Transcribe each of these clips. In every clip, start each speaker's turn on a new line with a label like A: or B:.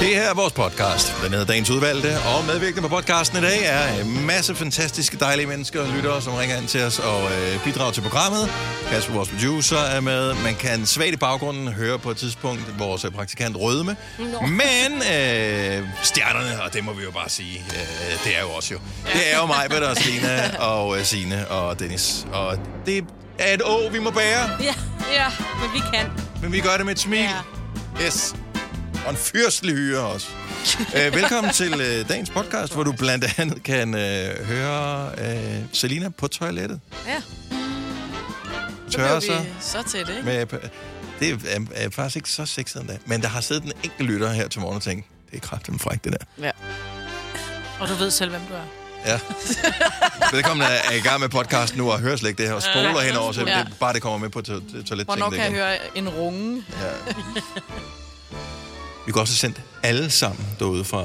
A: Det her er vores podcast. Den hedder Dagens Udvalgte, og medvirkende på podcasten i dag er en masse fantastiske dejlige mennesker og lyttere, som ringer ind til os og øh, bidrager til programmet. Kasper, vores producer, er med. Man kan svagt i baggrunden høre på et tidspunkt vores øh, praktikant Rødme. Men øh, stjernerne, og det må vi jo bare sige, øh, det er jo også jo. Det er jo mig, Britt og Selina og øh, Signe og Dennis. Og det er et å, vi må bære,
B: Ja, ja, men vi kan.
A: men vi gør det med et smil.
B: Ja.
A: Yes. Og en fyrstelig hyre også. Æ, velkommen til øh, dagens podcast, hvor du blandt andet kan øh, høre øh, Selina på toilettet.
C: Ja. Så bliver
A: Tørre sig.
C: vi så tæt, ikke?
A: Med, øh, det er, er, er faktisk ikke så sexet endda. Men der har siddet en enkelt lytter her til morgen og tænkt, det er kraftigt fræk, det der.
C: Ja.
B: Og du ved selv, hvem du er.
A: Ja. Vedkommende er i gang med podcasten nu og hører slet ikke det her og spoler henover, så
C: Ja.
A: det, bare det kommer med på to- to-
C: Hvornår
A: toilettingene
C: kan jeg
A: igen.
C: høre en runge?
A: Vi kunne også have sendt alle sammen derude fra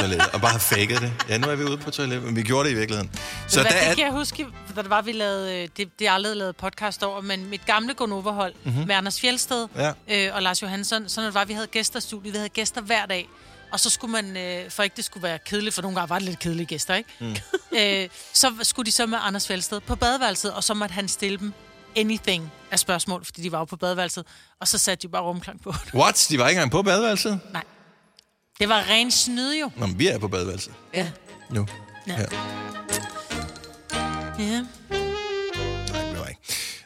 A: toilettet og bare have faked det. Ja, nu er vi ude på toilettet, men vi gjorde det i virkeligheden. Så
D: Så Hvad,
A: der
D: det
A: er,
D: kan jeg huske, da det var, vi lavede, øh, det, det er aldrig lavet podcast over, men mit gamle Gonova-hold mm-hmm. med Anders Fjelsted
A: Mhm. Ja.
D: øh, og Lars Johansson, sådan at det var, vi havde gæster i studiet, vi havde gæster hver dag. Og så skulle man, øh, for ikke det skulle være kedeligt, for nogle gange var det lidt kedelige gæster, ikke? Mm. Øh, så skulle de så med Anders Fjelsted på badeværelset, og så måtte han stille dem anything af spørgsmål, fordi de var jo på badeværelset, og så satte de bare rumklang på.
A: What? De var ikke engang på badeværelset?
D: Nej. Det var ren snyde jo.
A: Nå, men vi er på badeværelset
C: Ja.
A: nu. Ja.
D: Ja.
A: Her.
D: Ja,
A: Nej, vi var ikke.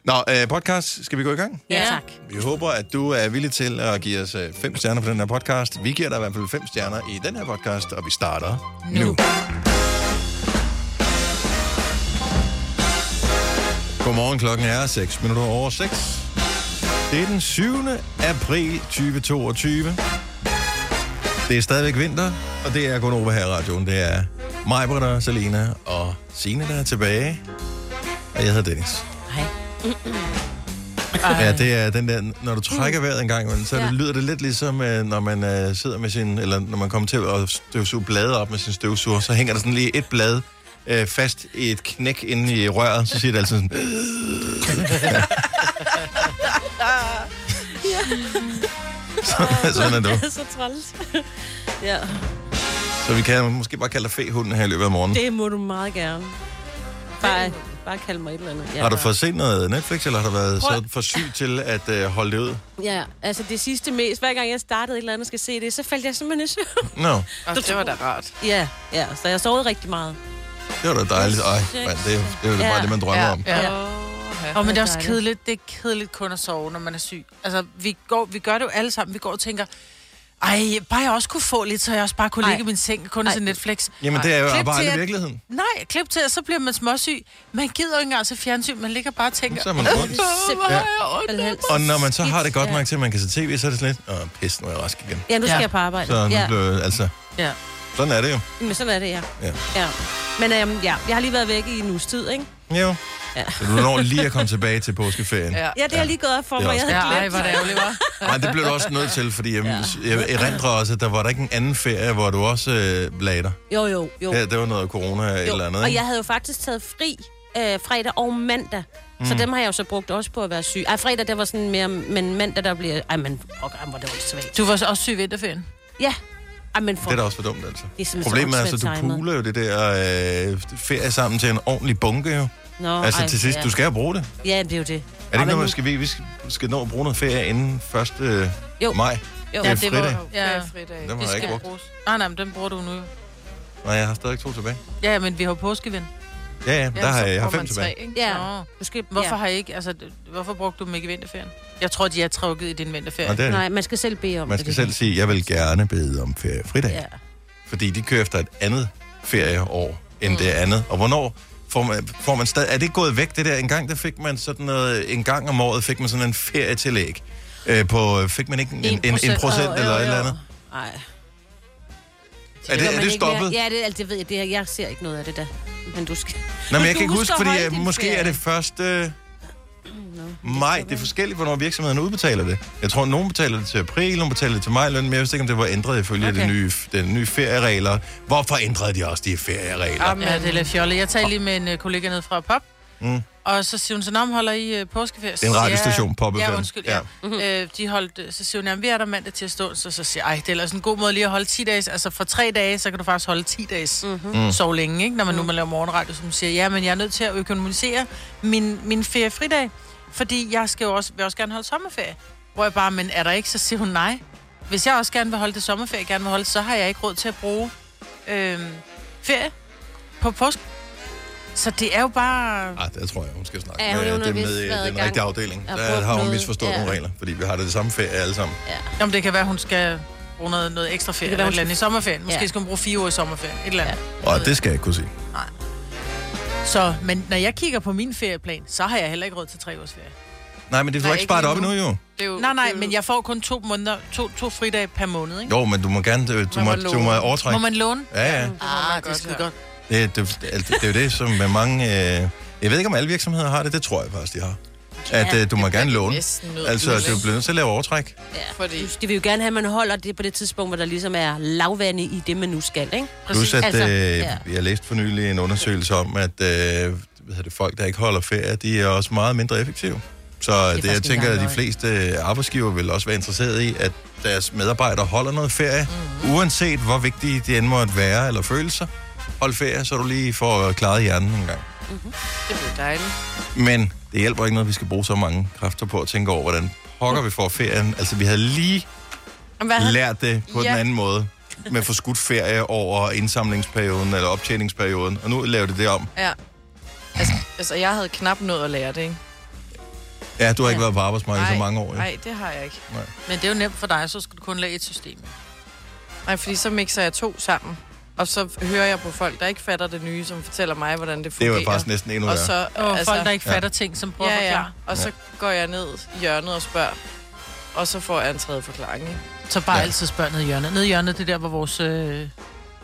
A: Nå, øh, podcast, skal vi gå i gang?
D: ja.
C: Ja.
D: tak.
A: Vi håber, at du er villig til at give os øh, fem stjerner på den her podcast. Vi giver dig i hvert fald fem stjerner i den her podcast, og vi starter nu. nu. Godmorgen, klokken er 6 minutter over 6. Det er den 7. april 2022. Det er stadigvæk vinter, og det er kun over her i radioen. Det er mig, Britta, Selena og Signe, der er tilbage. Og jeg hedder Dennis. Ja, det er den der, når du trækker vejret en gang, imellem, så ja.
B: Ja.
A: lyder det lidt ligesom, øh, når man øh, sidder med sin, eller når man kommer til at støvsuge blade op med sin støvsuger, så hænger der sådan lige et blad øh, fast i et knæk inde i røret, så siger det altid sådan... "Øh." Ja. sådan er det.
C: så træls. ja.
A: Så vi kan måske bare kalde dig fehunden her i løbet af morgenen.
C: Det må du meget gerne. Bare, bare kald mig et eller andet. Ja.
A: Har du fået set noget Netflix, eller har du været så for syg til at øh, holde det ud?
C: Ja, altså det sidste mest. Hver gang jeg startede et eller andet og skal se det, så faldt jeg simpelthen i søvn.
A: Nå, no,
E: Og det var da rart.
C: Ja, ja. Så jeg sovede rigtig meget.
A: det var da dejligt. Ej, man, det, er jo- det er jo bare
C: Ja.
A: det, man drømmer
E: Ja.
A: om.
C: Ja.
D: Åh, oh, men det er også
C: dejligt.
D: kedeligt. Det er kedeligt kun at sove, når man er syg. Altså, vi, går, vi gør det jo alle sammen. Vi går og tænker, ej, bare jeg også kunne få lidt, så jeg også bare kunne
C: Ej.
D: ligge i min seng kun
C: Ej.
D: til Netflix.
A: Jamen, det er jo
D: Klip
A: bare
D: til,
A: aldrig
D: at-
A: virkeligheden.
D: Nej, klip til, og så bliver man småsyg. Man gider jo ikke engang se fjernsyn, man ligger bare og tænker,
A: Så er man rundt.
D: "Åh, hvor har jeg ondt."
C: Simpelthen.
A: Og når man så har det godt
C: Ja.
A: nok til, at man kan se tv, så er det sådan lidt, åh, pis, nu er jeg rask igen.
C: Ja, nu skal
D: Ja.
C: jeg på arbejde.
A: Så nu
C: ja.
A: blev, altså,
D: Ja.
A: sådan er det jo.
C: Men sådan er det, ja.
A: Ja.
C: ja. Men øhm, ja, jeg har lige været væk i en uges tid, ikke?
A: Jo. Så du når lige at komme tilbage til påskeferien.
E: Ja.
C: Ja, det har lige gået op for
A: Det er
C: mig. Jeg
A: også
C: havde
D: Ja, ej,
C: glemt.
D: hvor er det ærgerligt, var.
A: Nej, det blev du også nødt til, fordi jeg, jeg erindrer også, at der var der ikke en anden ferie, hvor du også øh, lagde dig.
C: Jo, jo, jo.
A: Ja, det var noget corona
C: Jo,
A: eller andet.
C: Og
A: ikke?
C: jeg havde jo faktisk taget fri øh, fredag og mandag. Mm. Så dem har jeg jo så brugt også på at være syg. Ej, fredag, det var sådan mere, men mandag, der bliver... Ej, men okay, hvor er det var svært.
D: Du var så også syg i vinterferien.
C: Ja. Ej, men for...
A: Det er da også for dumt, altså.
C: Det er simpelthen så
A: Problemet er, altså, du
C: åndssvagt timet.
A: puler jo det der øh, ferie sammen til en ordentlig bunke, jo.
C: Nå,
A: Altså, til sidst,
C: ja.
A: du skal jo bruge det.
C: Ja, det er jo det.
A: Er det ikke noget, man skal, vi, vi skal, skal nå at bruge noget ferie inden 1. Øh,
C: Jo.
A: maj?
C: Jo.
A: Det er
C: Ja,
A: fridag.
D: Ja.
E: Ja. fridag.
A: Dem har jeg ikke brugt.
D: Ah, Nej, nej, men den bruger du nu. jo.
A: Nej, jeg har stadig to tilbage.
D: Ja, men vi har jo påskevind.
A: Ja, ja, der har jeg, jeg har fem tilbage.
C: Ja.
D: Nå.
C: Du skal...
D: Hvorfor,
C: ja.
D: har I ikke, altså, hvorfor brugte du dem ikke i vinterferien? Jeg tror, de er trukket i din vinterferie.
A: Nå, det er, det.
C: Nej, man skal selv bede om
A: man
C: det,
A: skal
C: det
A: selv sige, jeg vil gerne bede om ferie fridag.
C: her.
A: Ja.
C: Ja.
A: Fordi de kører efter et andet ferieår end mm. det andet. Og hvornår får man, får man stadig... Er det gået væk, det der? En gang, der fik man sådan noget... En gang om året fik man sådan en ferietillæg. Øh, på, fik man ikke en, en, en, en procent
C: Jo,
A: eller
C: jo,
A: et
C: jo.
A: eller andet?
C: Ej.
A: Er
C: gør
A: det, er
C: man
A: det
C: ikke
A: stoppet?
C: Mere. Ja, det, altså, det ved jeg. Det, her- jeg ser ikke noget af det der. Men du skal...
A: Nå, men jeg
C: Du
A: kan ikke huske,
C: husker at
A: fordi
C: holde
A: øh,
C: din
A: måske
C: ferie.
A: er det første maj. Det er forskelligt, hvornår virksomheden udbetaler det. Jeg tror, nogen betaler det til april, nogen betaler det til maj, men jeg vidste ikke, om det var ændret ifølge okay. de, nye, de nye ferieregler. Hvorfor ændrede de også de ferieregler?
D: Ja, det er lidt fjollet. Jeg talte lige med en øh, kollega nede fra POP, mm. Og så siger hun, så "Nå, men holder I øh, påskeferie? Så
A: Det er en
D: siger
A: radiostation,
D: jeg-
A: Poppefan.
D: Ja, undskyld, ja. ja. Øh, de holdt, øh, så siger hun, jamen, vi er der mandag til at stå. Så, så siger jeg, "Ej, det er ellers en god måde lige at holde 10 dage. Altså for 3 dage, så kan du faktisk holde 10 dages
A: Mm.
D: mm-hmm. sov længe, ikke? Når man nu man laver morgenradio, som siger, ja, men jeg er nødt til at økonomisere min, min feriefridag. Fordi jeg skal jo også, vil også gerne holde sommerferie. Hvor jeg bare, men er der ikke? Så siger hun, nej. Hvis jeg også gerne vil holde det sommerferie, gerne vil holde, det, så har jeg ikke råd til at bruge øh, ferie på påske. Så det er jo bare...
A: Nej, der tror jeg, hun skal snakke
C: Ja, hun er
A: med dem
C: undervist
A: nede i
C: været i
A: den
C: gang
A: rigtige afdeling.
C: og
A: Der
C: brugt
A: har hun
C: noget.
A: misforstået
C: Ja.
A: nogle regler, fordi vi har det samme ferie alle sammen.
D: Jamen, det kan være, hun skal bruge noget, noget ekstra ferie
C: Det kan være,
D: eller et
C: hun
D: eller andet i sommerferien. Måske
C: Ja.
D: skal hun bruge fire uger i sommerferien. Et eller andet. Ja.
A: Og det skal jeg ikke kunne sige.
D: Så, men når jeg kigger på min ferieplan, så har jeg heller ikke råd til tre års ferie.
A: Nej, men det får
E: Nej,
A: ikke
E: ikke
A: sparet
E: lige
A: op
E: nu.
A: endnu, jo.
E: Det er jo
D: Nej, nej,
E: det er jo-
D: men jeg får kun to, måneder, to, to fridage per måned, ikke?
A: Jo, men du må gerne, øh, du
E: Man
A: må,
E: må
A: du
E: låne.
A: må
D: Må
A: overtrække.
D: man låne?
A: Ja, ja.
E: Ah,
D: Det er skide godt.
A: Det, det, altså, det, det er jo det, som med mange... Øh, jeg ved ikke, om alle virksomheder har det. Det tror jeg faktisk, de har. At øh, du må
E: det
A: gerne
E: bliver
A: låne.
E: næsten nødt
A: Altså,
E: til,
A: du
E: ikke?
A: bliver nødt til at lave overtræk.
C: Ja.
E: Fordi-
C: Du- De vil jo gerne have, at man holder det på det tidspunkt, hvor der ligesom er lavvande i det, man nu skal, ikke?
A: Plus, at
C: Altså,
A: øh,
C: ja.
A: jeg læste for nylig en undersøgelse om, at øh, hvad hedder det, folk, der ikke holder ferie, de er også meget mindre effektive. Så det, det jeg
C: faktisk
A: tænker,
C: ikke
A: at de
C: engang
A: fleste øh, arbejdsgiver vil også være interesseret i, at deres medarbejdere holder noget ferie,
C: Mhm.
A: mm. uanset hvor vigtige de end måtte være eller føle sig. Hold ferie, så du lige får klaret hjernen en gang.
E: Det bliver dejligt.
A: Men det hjælper ikke noget, at vi skal bruge så mange kræfter på at tænke over, hvordan pokker vi får ferien. Altså, vi havde lige
E: Jamen, hvad har...
A: lært det på ja.
E: Ja.
A: den anden måde med forskudt ferie over indsamlingsperioden eller optjeningsperioden, og nu laver det det om.
E: Ja. Altså, altså, jeg havde knap nået at lære det, ikke?
A: Ja, du har ikke ja. været på arbejdsmarkedet i så mange år. Ja.
E: Nej, det har jeg ikke.
D: Men det er jo nemt for dig, så skal du kun lade et system.
E: Nej, fordi så mixer jeg to sammen. Og så hører jeg på folk, der ikke fatter det nye, som fortæller mig, hvordan det
A: Det
E: fungerer.
A: er jo faktisk næsten endnu
E: Og
A: værre.
E: så,
D: Og altså, folk, der ikke
A: ja.
D: fatter ting, som prøver ja,
E: ja,
D: at
E: ja.
D: forklare.
E: Og så går jeg ned i hjørnet og spørger. Og så får jeg en tredje forklaring, ikke?
D: Så bare
A: Ja.
D: ja. altid spørg ned i hjørnet. Ned i hjørnet, det er der, hvor vores øh,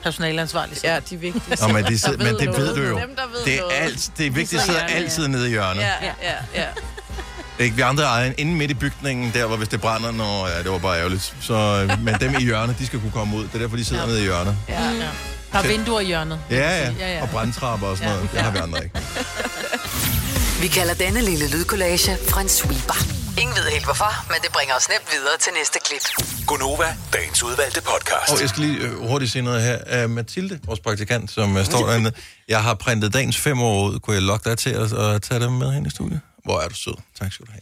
D: personaleansvarlige sidder.
E: Ja, de vigtigste.
A: Nå, men, de,
E: der
A: men det
E: noget.
A: ved du jo.
E: Dem, der ved
A: Det er,
E: noget.
A: alt, det er vigtigt, at sidde
D: sidder i hjørnet,
A: altid nede i hjørnet. Ja.
E: Ja, ja, ja. ja.
A: Ikke, vi andre er inde midt i bygningen, der hvor hvis det brænder, når ja, det var bare ærgerligt. Så, øh, men dem i hjørnet, de skal kunne komme ud. Det er derfor, de sidder ja. nede i hjørnet.
D: Ja. Der er vinduer i hjørnet.
A: Ja, ja.
D: Ja, ja.
A: Og brandtrapper og sådan noget. Det har vi andre ikke.
F: Vi kalder denne lille lydkollage Frans sweeper. Ingen ved helt hvorfor, men det bringer os nemt videre til næste klip.
G: Gunova, dagens udvalgte podcast.
A: Og jeg skal lige øh, hurtigt sige noget her. Uh, Mathilde, vores praktikant, som uh, står derinde. Jeg har printet dagens fem år ud. Kunne jeg lokke dig til at, at tage dem med hen i studiet? Hvor er du sød. Tak skal du have.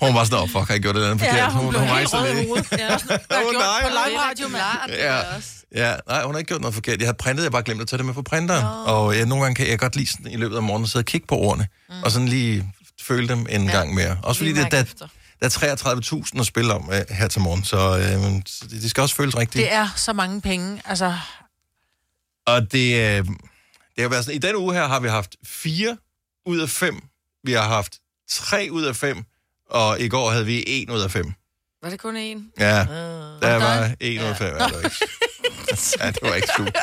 A: Hun var sådan, oh, fuck, har jeg gjort det andet forkert?
D: Ja, hun, blev helt
A: rejser
D: rød i
A: lige.
D: hovedet. Ja. Der
A: Åh,
D: er gjort
A: nej.
D: på live radio, mand.
A: Ja, ja, nej, hun har ikke gjort noget forkert. Jeg har printet, jeg har bare glemt at tage det med på printeren. Og jeg, nogle gange kan jeg godt lige sådan, i løbet af morgenen sidde og kigge på ordene, mm. og sådan lige føle dem en ja. gang mere. Også fordi
E: Lige
A: det,
E: mærke
A: der,
E: efter.
A: der er 33.000 at spille om øh, her til morgen, så øh, men, så det, det skal også føles rigtigt.
D: Det er så mange penge. Altså,
A: Og det, øh, det har været sådan, i denne uge her har vi haft fire ud af fem. Vi har haft tre ud af fem. Og i går havde vi en ud af fem.
E: Var det kun én?
A: Ja, der
D: der
A: var
D: er-
A: en ud af fem. Ja, det var ikke, ja, det var ikke super. Det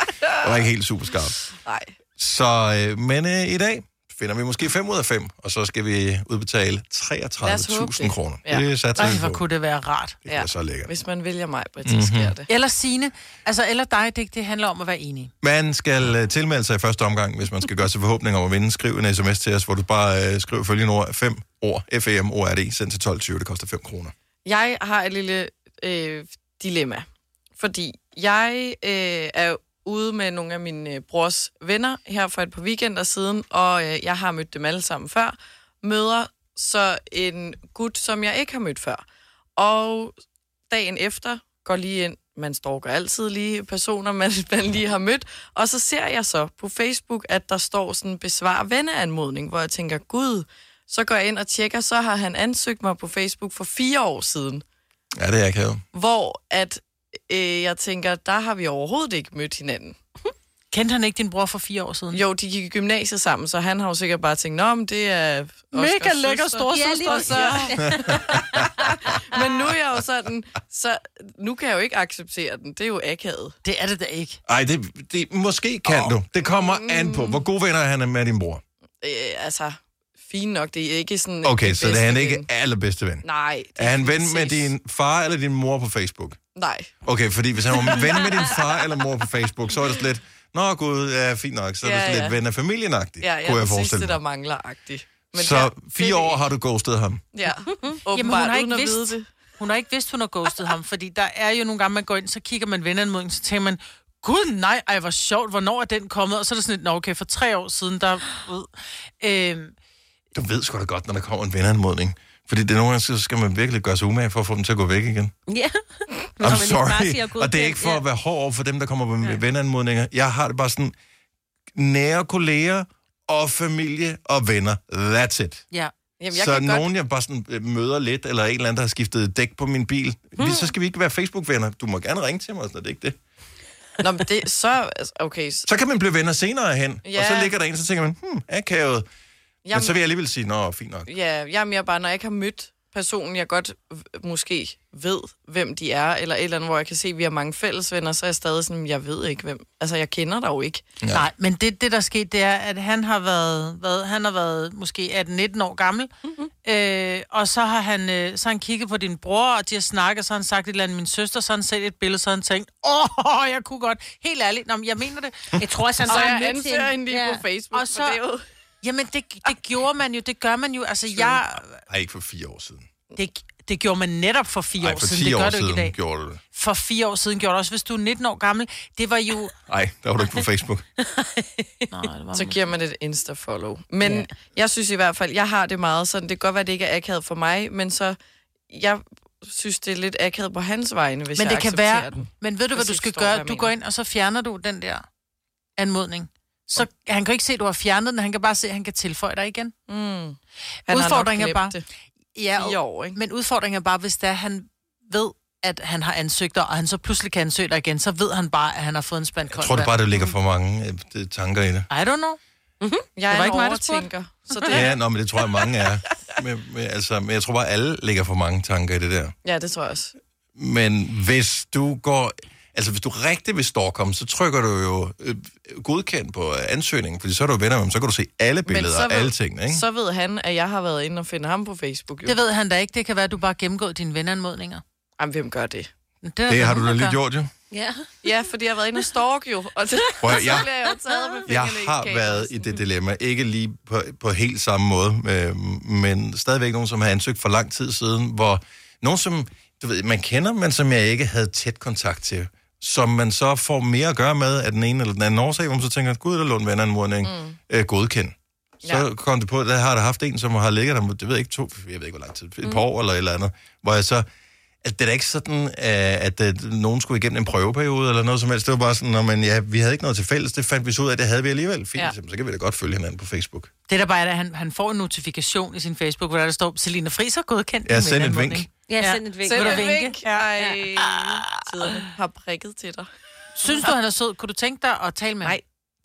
A: var ikke helt super skarpt.
E: Nej.
A: Så, øh, men øh, i dag finder vi måske 5 ud af 5, og så skal vi udbetale
E: Lad os håbe
A: 33.000
E: det.
A: kroner.
E: Ja.
A: Det satser
D: ej,
A: vi
D: hvor
A: på.
D: kunne det være rart.
A: Det er så lækkert. Mhm.
E: Hvis man vælger mig, Britt, så sker det.
D: Eller Signe, altså eller dig, det, det handler om at være enig.
A: Man skal øh, tilmelde sig i første omgang, hvis man skal gøre sig forhåbninger om at vinde. Skriv en sms til os, hvor du bare øh, skriver følgende ord. 5 ord. F-A-M-O-R-D. Send til 12.20. Det koster 5 kroner.
E: Jeg har et lille øh, dilemma, fordi jeg øh, er ude med nogle af min øh, brors venner her for et par weekender siden, og øh, jeg har mødt dem alle sammen før, møder så en gut, som jeg ikke har mødt før. Og dagen efter går lige ind, man stalker altid lige personer, man, man lige har mødt, og så ser jeg så på Facebook, at der står sådan besvar venneanmodning, hvor jeg tænker, gud, så går jeg ind og tjekker, så har han ansøgt mig på Facebook for fire år siden,
A: Ja, det er jeg kævet.
E: hvor at øh, jeg tænker, der har vi overhovedet ikke mødt hinanden.
D: Kendte han ikke din bror for fire år siden?
E: Jo, de gik i gymnasiet sammen, så han har jo sikkert bare tænkt, nå, men det er Mega lækker stor
C: Ja, lige
E: så. Men
H: Ah.
E: nu er jeg jo sådan, så nu kan jeg jo ikke acceptere den. Det er jo akavet.
D: Det er det da ikke.
A: Ej, det, det, måske kan oh. du. Det kommer
E: Mm.
A: an på, hvor gode venner han er med din bror.
E: Øh, altså, fint nok. Det er ikke sådan...
A: Okay,
E: det
A: så det er han
E: bedste
A: ikke
E: ven.
A: allerbedste ven.
E: Nej. det
A: Er han ven
E: præcis.
A: med din far eller din mor på Facebook?
E: Nej.
A: Okay, fordi hvis han var ven med din far eller mor på Facebook, så er det sådan lidt, Nå gud, ja, fint nok, så er det
E: Ja,
A: sådan lidt
E: ja.
A: ven af familienagtigt,
E: Ja, ja,
A: kunne jeg
E: præcis
A: forestille
E: det, der
A: mig.
E: mangler-agtigt.
A: Så fire år har du ghostet ham.
E: Ja, åbenbart,
D: Jamen, hun har ikke
E: uden at
D: vidst.
E: vide det.
D: Hun har ikke vidst, hun har ghostet ham, fordi der er jo nogle gange, man går ind, så kigger man venneanmodningen, så tænker man, gud nej, ej, hvor sjovt, hvornår er den kommet? Og så er det sådan lidt, nå okay, for tre år siden, der... Ud. Øhm,
A: Du ved sgu da godt, når der kommer en venanmodning. Fordi det er nogle gange, så skal man virkelig gøre sig umage for at få dem til at gå væk igen.
C: Ja.
A: I'm
C: man ikke bare siger
A: sorry.
C: godkendt,
A: Og det er ikke for
C: ja.
A: at være hård over for dem, der kommer med venanmodninger. Jeg har det bare sådan, nære kolleger og familie og venner. That's it.
D: ja.
E: Jamen, jeg
A: Så
E: kan godt...
A: nogen, jeg bare sådan øh, møder lidt, eller en eller anden, der har skiftet dæk på min bil,
E: Hmm.
A: vi, så skal vi ikke være Facebook-venner. Du må gerne ringe til mig, og sådan, noget, det er ikke det.
E: Nå, men det, så... altså, Okay, så,
A: Så kan man blive venner senere hen, og så
E: Ja.
A: ligger der en, så tænker man, hmm, akavet. Men
E: Jamen-
A: så vil jeg alligevel sige, nå, fint nok.
E: ja, jeg er mere bare, når jeg ikke har mødt personen, jeg godt v- måske ved, hvem de er, eller et eller andet, hvor jeg kan se, at vi har mange fælles venner, så er jeg stadig sådan, jeg ved ikke, hvem... Altså, jeg kender dig jo ikke.
D: Ja. Nej, men det, det der skete, det er, at han har været, hvad, han har været måske 18-19 år gammel,
E: Mhm.
D: mm-hmm. øh, og så har, han, øh, så har han kigget på din bror, og de har snakket, så har han sagt et eller andet min søster, så har han set et billede, så har han tænkt, åh, jeg kunne godt, helt ærligt, nå, men jeg mener det.
C: Jeg tror også, han
E: Så
C: så
E: jeg ansøger hende lige ja. på Facebook,
D: Og
E: så...
D: så-
E: for det er jo...
D: Jamen, det, det gjorde man jo, det gør man jo, altså jeg,
A: Ej, ikke for fire år siden.
D: det, det gjorde man netop for fire
A: Nej,
D: år
A: for
D: siden,
A: ti
D: det
A: år
D: gør du ikke i
A: siden
D: dag.
A: gjorde du det.
D: For fire år siden gjorde det også, hvis du er 19 år gammel, det var jo...
A: Nej, der var du ikke på Facebook.
D: Nå, det var
E: Så giver man et insta-follow. Men yeah. jeg synes i hvert fald, jeg har det meget sådan, det kan godt være, det ikke er akavet for mig, men så, jeg synes, det er lidt akavet på hans vegne, hvis
D: Men
E: jeg
D: det kan
E: accepterer
D: være...
E: den.
D: Men ved du, hvad
E: Hvis
D: du
E: I
D: skal
E: forstår, hvad
D: gøre?
E: jeg
D: Du
E: mener.
D: går ind, og så fjerner du den der anmodning. Så han kan jo ikke se, at du har fjernet den. Han kan bare se, at han kan tilføje dig igen.
E: Mm. Han har nok
D: Udfordringen er
E: glemt
D: bare-
E: det.
D: Ja,
E: i år, ikke?
D: men udfordringen er bare, hvis det er, han ved, at han har ansøgt dig, og han så pludselig kan ansøge dig igen, så ved han bare, at han har fået en spand
A: Jeg
D: koldt
A: tror du
D: vand.
A: bare, der ligger for mange øh, d- tanker i det?
D: I don't know.
E: Jeg
D: var
E: er en
D: ikke mig, der spurgte.
E: overtænker. Så det,
A: Ja, nå, men det tror jeg, mange er. Men, men, altså, men jeg tror bare, alle ligger for mange tanker i det der.
E: ja, det tror jeg også.
A: Men hvis du går... Altså, hvis du rigtig vil storkomme, så trykker du jo øh, godkendt på øh, ansøgningen, fordi så er du venner med dem, så kan du se alle billeder
E: så
A: og
E: ved-
A: alle tingene, ikke?
E: Så ved han, at jeg har været inde og finde ham på Facebook. Jo.
D: Det ved han da ikke. Det kan være, at du bare gennemgår dine venneanmodninger.
E: Jamen, hvem gør det?
D: Men er der
A: Det har du
D: nogen,
A: da
D: der
A: lige
D: gør.
A: gjort, jo.
C: Ja.
E: Ja, fordi jeg har været inde og stalk jo. Og det,
A: Prøv, at-
E: så
A: jeg,
E: bliver jeg jo taget med
A: jeg
E: fingrene i
A: har
E: skabet.
A: været i det dilemma. Ikke lige på, på helt samme måde, øh, men stadigvæk nogen, som har ansøgt for lang tid siden, hvor nogen, som du ved, man kender, men som jeg ikke havde tæt kontakt til, som man så får mere at gøre med af den ene eller den anden årsag, hvor man så tænker, gud, der lå en vandanmodning, mm. øh, godkendt. Så
E: Ja.
A: kom det på, at der har der haft en, som har ligget der, det ved jeg ikke, to, jeg ved ikke, hvor lang tid, et par år eller et eller andet, hvor jeg så, at det er da ikke sådan, øh, at øh, nogen skulle igennem en prøveperiode eller noget som helst. Det var bare sådan, at man, ja, vi havde ikke noget til fælles. Det fandt vi så ud af, det havde vi alligevel. Fint, ja.
E: Ja.
A: så kan vi da godt følge hinanden på Facebook.
D: Det der bare er, at han, han får en notifikation i sin Facebook, hvor der står, Selina Friis har godkendt
A: Ja,
D: din
A: send et
D: venneanmodning."
A: vink.
C: Ja, send et vink.
E: Send
D: Vil du
E: et
D: vinke?
E: vink. Ej, tiderne har prikket til dig.
D: Synes du, han er sød? Kunne du tænke dig at tale med ham?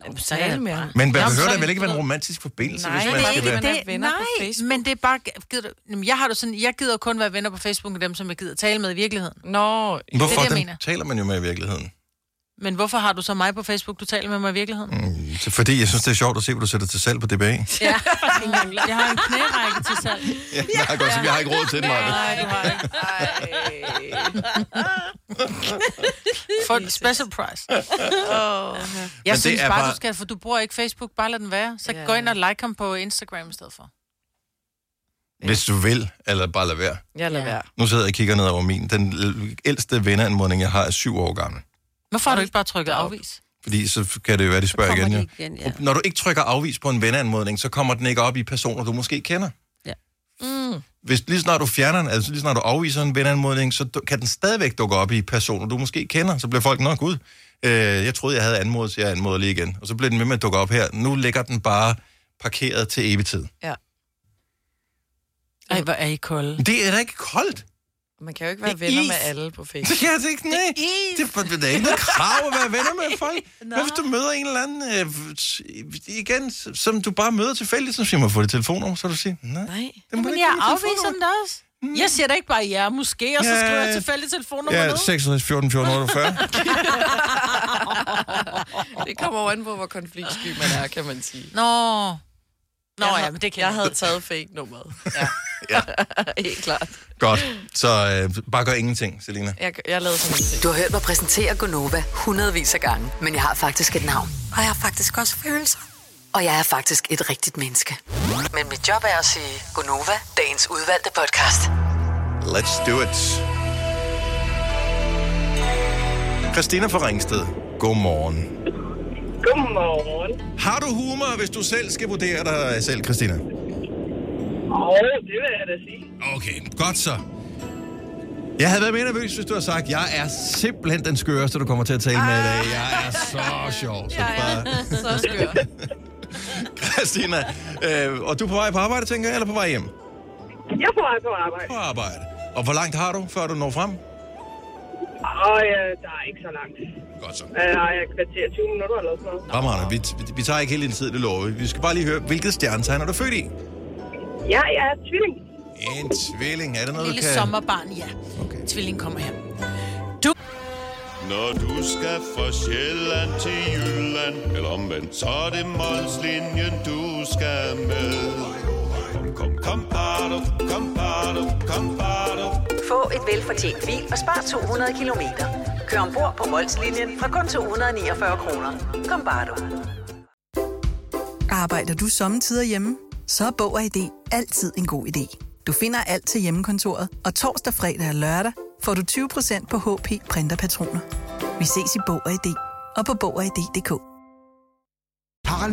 E: Nej,
C: så er det
E: med ham.
A: Men man
D: Jamen,
A: behøver
D: så-
A: da vel ikke være en romantisk forbindelse,
E: Nej,
A: hvis man
E: det er
A: skal
E: ikke
A: være...
E: det. er venner på Facebook.
D: men det er bare... Gider, jamen, jeg har det sådan, jeg gider kun være venner på Facebook med dem, som jeg gider tale med i virkeligheden.
E: Nå,
A: Hvorfor
D: jeg
A: det,
D: mener.
A: dem taler man jo med i virkeligheden?
D: Men hvorfor har du så mig på Facebook, du taler med mig i virkeligheden? Mm.
A: Så Fordi jeg synes, det er sjovt at se, hvor du sætter til salg på DBA.
D: Jeg har en knærække til salg.
A: Ja, jeg, har godt, så jeg har ikke råd til det, Maja.
D: Nej, du har ikke. For en special price. Jeg
A: det
D: synes
A: er
D: bare,
A: bare-
D: du skal... For du bruger ikke Facebook, bare lad den være. Så
E: Ja.
D: gå ind og like ham på Instagram i stedet for.
A: Hvis du vil, eller bare lad være.
E: jeg lader være.
A: Nu sidder jeg og kigger ned over min. Den l- ældste venneanmodning, jeg har, er syv år gammel.
D: Hvorfor har du ikke bare trykket afvis?
A: Fordi så kan det jo være, de spørger igen.
C: Kommer
A: Jo.
C: de igen, ja.
A: Når du ikke trykker afvis på en venneanmodning, så kommer den ikke op i personer, du måske kender.
C: Ja.
A: Mm. Hvis lige snart du fjerner den, altså lige snart du afviser en venneanmodning, så du- kan den stadigvæk dukke op i personer, du måske kender. Så bliver folk nok ud. Øh, jeg troede, jeg havde anmodet, så jeg anmoder lige igen. Og så bliver den ved med at dukke op her. Nu ligger den bare parkeret til evig tid.
D: Ej, hvor er I kolde.
A: Det er da ikke koldt.
E: Man kan jo ikke være
A: Det er
E: venner
A: is.
E: med alle på
A: Det
E: Facebook.
A: kan det ikke, nej. Det er, det er ikke noget krav at være venner med folk. Hvad hvis du møder en eller anden, øh, s- igen, s- som du bare møder tilfældigt, som siger, må jeg få det telefonnummer, så vil du siger, nej.
E: Nej.
A: Det må
D: Men
A: ikke
D: jeg
A: give mig
D: afviser
A: telefonnummer.
D: den da også. Jeg siger da ikke bare ja, måske, og så
A: Mm. Ja,
D: skriver jeg
A: ja.
D: tilfældigt telefonnummer
A: Ja,
D: ned.
A: 66, 14, 14, 48.
E: Det kommer jo an på, hvor konfliktsky man er, kan man sige.
D: Nå. Nå,
E: Jeg
D: ja,
E: har-
D: men det kan
E: Jeg havde taget fake-nummeret. Ja.
A: Ja.
E: Helt klart.
A: Godt. Så øh, bare gør ingenting, Selina.
E: Jeg, jeg lavede sådan en ting.
F: Du har hørt mig præsentere Gonova hundredvis af gange, men jeg har faktisk et navn. Og jeg har faktisk også følelser. Og jeg er faktisk et rigtigt menneske. Men mit job er at sige Gonova, dagens udvalgte podcast.
A: Let's do it. Christina fra Ringsted. Godmorgen.
I: Godmorgen.
A: Har du humor, hvis du selv skal vurdere dig selv, Christina?
I: Åh, det vil jeg da sige.
A: Okay, godt så. Jeg havde været mere nervøs, hvis du havde sagt, jeg er simpelthen den skøreste, du kommer til at tale med i dag. Jeg er så sjov. Så bare...
E: Ah. Så skør.
A: Christina, øh, og du er på vej på arbejde, tænker jeg, eller på vej hjem?
I: Jeg er på vej på arbejde,
A: På arbejde. Og hvor langt har du, før du når frem?
I: og øh, der er ikke så langt.
A: Godt så.
I: Øh, der er kvarter 20 minutter eller sådan noget.
A: Fremragende. Vi, vi, vi tager ikke hele din tid, det lover vi. Vi skal bare lige høre, hvilket stjernetegn er du født i?
I: Ja, jeg er tvilling.
A: En tvilling. Er det noget,
D: Lille
A: du kan...
D: sommerbarn, ja.
A: Okay.
D: Tvilling kommer her.
J: Når du skal fra Sjælland til Jylland Eller omvendt, så er det Molslinjen, du skal med Kom, kom, kom, bado, kom, bado, kom, bado.
K: Få et velfortjent bil og spar 200 kilometer. Kør ombord på Molslinjen fra kun 249 kroner. Kom bare du.
L: Arbejder du sommetider hjemme? Så er Bog og ID altid en god idé. Du finder alt til hjemmekontoret, og torsdag, fredag og lørdag får du 20% på HP printerpatroner. Vi ses i Bog og ID og på Bog og ID.dk.
M: Harald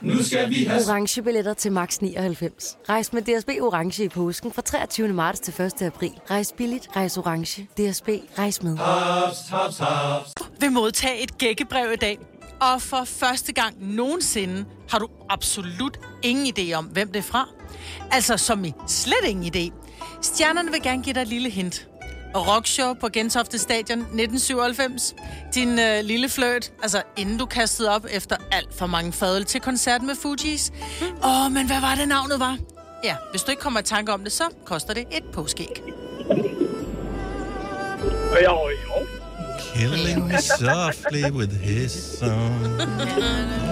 N: Nu skal vi have...
O: orange billetter til max 99. Rejs med DSB orange i påsken fra 23. marts til 1. april. Rejs billigt, rejs orange. DSB rejs med.
N: Haps, haps, haps.
D: vil modtage et gækkebrev i dag. Og for første gang nogensinde har du absolut ingen idé om, hvem det er fra. Altså som i slet ingen idé. Stjernerne vil gerne give dig et lille hint. Og rockshow på Gentofte Stadion 1997. Din øh, lille fløjt, altså inden du kastede op efter alt for mange fadøl til koncert med Fujis.
I: Hmm.
D: Åh, oh, men hvad var det navnet var? Ja, hvis du ikke kommer i tanke om det, så koster det et påskæg.
I: Jo, jo.
A: Killing me softly with his song.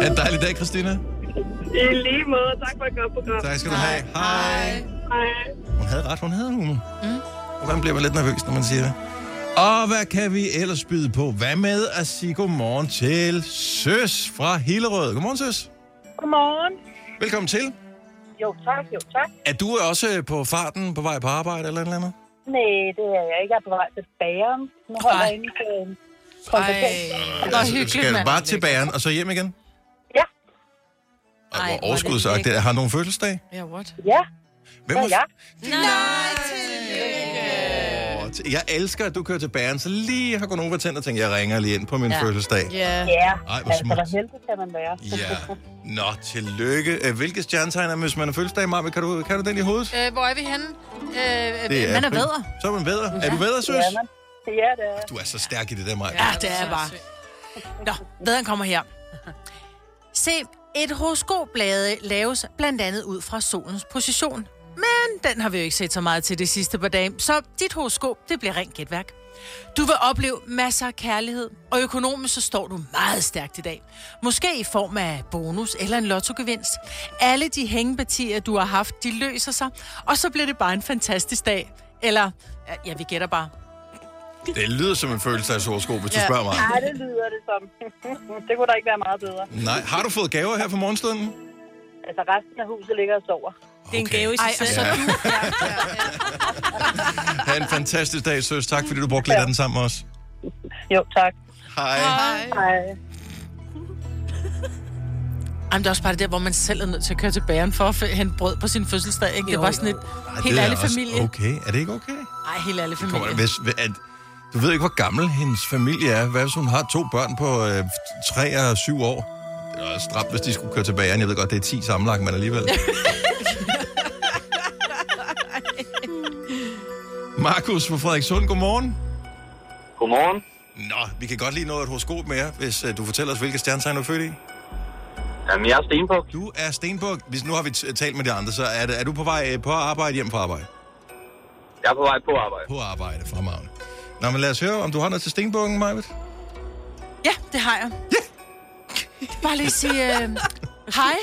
A: Ha' en dejlig dag, Christina.
I: I lige måde. Tak for et godt program.
A: Tak skal du have. Hej.
I: Hej.
A: Hun havde ret, hun havde humor. Mm. Man bliver man lidt nervøs, når man siger det. Og hvad kan vi ellers byde på? Hvad med at sige godmorgen til Søs fra Hillerød? Godmorgen, Søs.
I: Godmorgen.
A: Velkommen til.
I: Jo, tak. Jo, tak.
A: Er du også på farten på vej på arbejde eller et eller andet?
I: Nej, det er jeg ikke. Jeg er på vej til bageren. Nu holder jeg inde til en konference.
D: Hvor
A: Så
D: hyggeligt,
A: Altså, Skal du
D: mand.
A: bare til bageren og så hjem igen?
I: Ja.
A: Og
D: Ej, hvor er det
A: hvor overskudsagtigt. Har nogen fødselsdag?
E: Ja, what?
I: Ja,
A: Hvem
I: det
A: har
I: er jeg.
A: Og t- Jeg elsker, at du kører til Bæren, så lige har gået over tændt og tænkt, jeg ringer lige ind på min ja. fødselsdag.
E: Ja.
I: Ja,
A: Ej, hvor
I: altså,
A: smukt.
I: hvor heldig kan man være.
A: Ja. Nå, tillykke. Øh, Hvilke stjernetegn er, man, hvis man er fødselsdag, Marve? Kan du, kan du den i hovedet?
D: Øh, hvor er vi henne? Øh,
A: Det
D: man er
A: april.
D: bedre.
A: Så er man vædder. Er du vædder, søs?
I: Ja, man. Ja, det er.
A: Du er så stærk i det der, Maja.
D: Ja, det er jeg bare. Nå, vederen kommer her. Se, et horoskopblade laves blandt andet ud fra solens position. Men den har vi jo ikke set så meget til det sidste par dage, så dit horoskop, det bliver rent gætværk. Du vil opleve masser af kærlighed, og økonomisk så står du meget stærkt i dag. Måske i form af bonus eller en lottogevinst. Alle de hængepartier, du har haft, de løser sig, og så bliver det bare en fantastisk dag. Eller, ja, ja, vi gætter bare.
A: Det lyder som en følelseshoroskop, hvis du
D: Ja.
A: spørger mig.
I: Ej, det lyder det som. det kunne da ikke være meget bedre.
A: Nej, har du fået gaver her for morgenstunden?
I: Altså, resten af huset ligger og sover.
A: Det er en
B: gave i sig
D: Ej, og så
A: Ja. Ha' en fantastisk dag, søs. Tak, fordi du brugte lidt af den sammen med os.
I: Jo, tak.
A: Hej.
I: Hej.
D: Jamen, det er også bare det der, hvor man selv er nødt til at køre til bæren for at f- hente brød på sin fødselsdag, ikke? Jo, det er bare sådan et
A: Ej,
D: helt
A: det er
D: ærlig
A: også
D: familie. Okay.
A: Okay, er det ikke okay?
D: Ej, helt ærlig
A: Kommer der,
D: familie.
A: hvis, at, du ved ikke, hvor gammel hendes familie er. Hvad hvis hun har to børn på øh, 3 og 7 år? Det er også stramt, hvis de skulle køre tilbage. Jeg ved godt, det er 10 sammenlagt, men alligevel. Markus fra Frederikshund, godmorgen.
P: Godmorgen.
A: Nå, vi kan godt lige nå et horoskop med jer, hvis øh, du fortæller os, hvilke stjernetegn du er født i.
P: Jamen, jeg er Stenbuk.
A: Du er Stenbuk. Hvis nu har vi t- talt med de andre, så er, det, er du på vej øh, på arbejde, hjem fra arbejde?
P: Jeg er på vej på arbejde.
A: På arbejde, fremragende. Nå, men lad os høre, om du har noget til Stenbukken, Majbet?
D: Ja, det har jeg. Yeah. Bare lige sige øh, hej.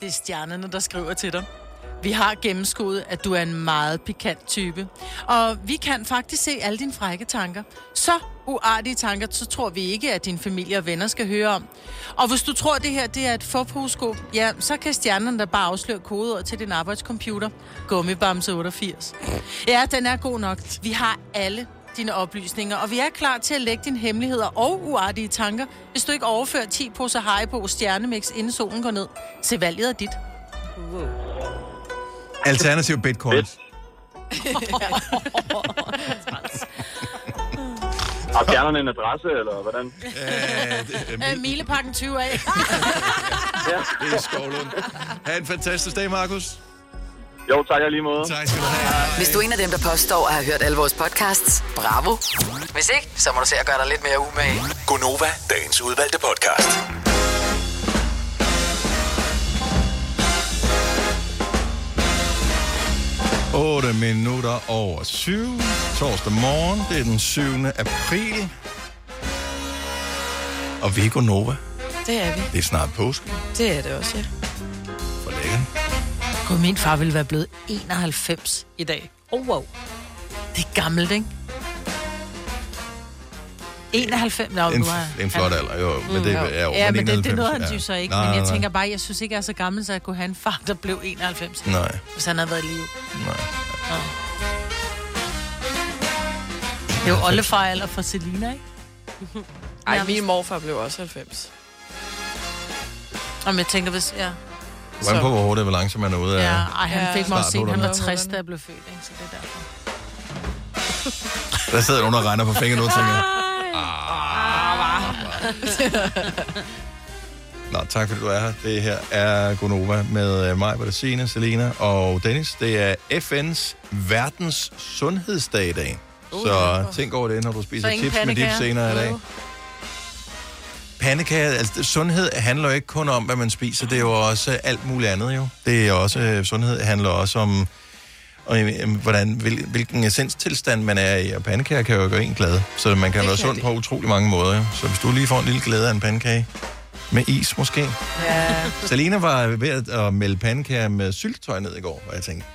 D: Det er stjernerne, der skriver til dig. Vi har gennemskuddet, at du er en meget pikant type. Og vi kan faktisk se alle dine frække tanker. Så uartige tanker, så tror vi ikke, at din familie og venner skal høre om. Og hvis du tror, at det her det er et forphoskop, ja, så kan stjernerne da bare afsløre kodeord til din arbejdscomputer. Gummibamse 88. Ja, den er god nok. Vi har alle dine oplysninger, og vi er klar til at lægge dine hemmeligheder og uartige tanker, hvis du ikke overfører 10 poser Haribo stjernemix, inden solen går ned. Se valget er dit. Wow.
A: Alternativ bitcoin.
P: Har fjernerne en adresse, eller hvordan?
D: Øh, milepakken 20 af.
A: Det er Skovlund. Ha' en fantastisk dag, Markus.
P: Jo, tak jeg lige måde.
A: Tak skal du have.
F: Hvis du er en af dem, der påstår at have hørt alle vores podcasts, bravo. Hvis ikke, så må du se at gøre dig lidt mere umage.
G: Gonova, dagens udvalgte podcast.
A: Otte minutter over syv. Torsdag morgen, det er den 7. april. Og vi er Nova.
E: Det er vi.
A: Det er snart påske.
E: Det er det også, ja.
A: For lækkert.
D: Gud, min far ville være blevet 91 i dag. Oh, wow. Det er gammelt, ikke? 91? Nå,
A: En,
D: nu har jeg-
A: en flot alder, jo. Men
D: Mm,
A: det
D: jo.
A: er jo
D: Ja, men det, det
A: 91,
D: nåede han
A: ja.
D: jo så ikke.
A: Nej,
D: men jeg
A: nej, nej.
D: tænker bare, jeg synes ikke, jeg er så gammel, så jeg kunne have en far, der blev 91.
A: Nej.
D: Hvis han havde været i live.
A: Nej.
D: Det er jo oldefar eller for Selina, ikke?
E: Ej, min morfar blev også 90.
D: Om jeg tænker, hvis... Ja.
A: Hvordan på, hvor hurtigt og hvor langsomt man er ude af...
D: Ja, ej, han fik mig også sent. Han var
A: starthullerne.
D: 60, da jeg blev født, ikke? Så det er derfor.
A: Der sidder nogen og regner på fingeren og tænker... "Ah." Nå, tak fordi du er her. Det her er Gonova med øh, mig, Bettina, Selena og Dennis. Det er FN's verdens sundhedsdag i dag. Så tænk over det, når du spiser
H: Uh, ingen
A: chips med dip
H: pandekager. Uh.
A: senere i dag.
H: Jo.
A: Pandekager, altså det- sundhed handler jo ikke kun om, hvad man spiser. Det er jo også øh, alt muligt andet jo. Det er også, øh, sundhed handler også om, og øh, hvordan, hvil, hvilken essenstilstand man er i. Og pandekager kan jo gøre en glad, så man kan være sund på utrolig mange måder. Jo. Så hvis du lige får en lille glæde af en pandekage, med is måske.
E: Ja.
A: Selina var ved at- at melde pandekager med syltetøj ned i går, og jeg tænkte,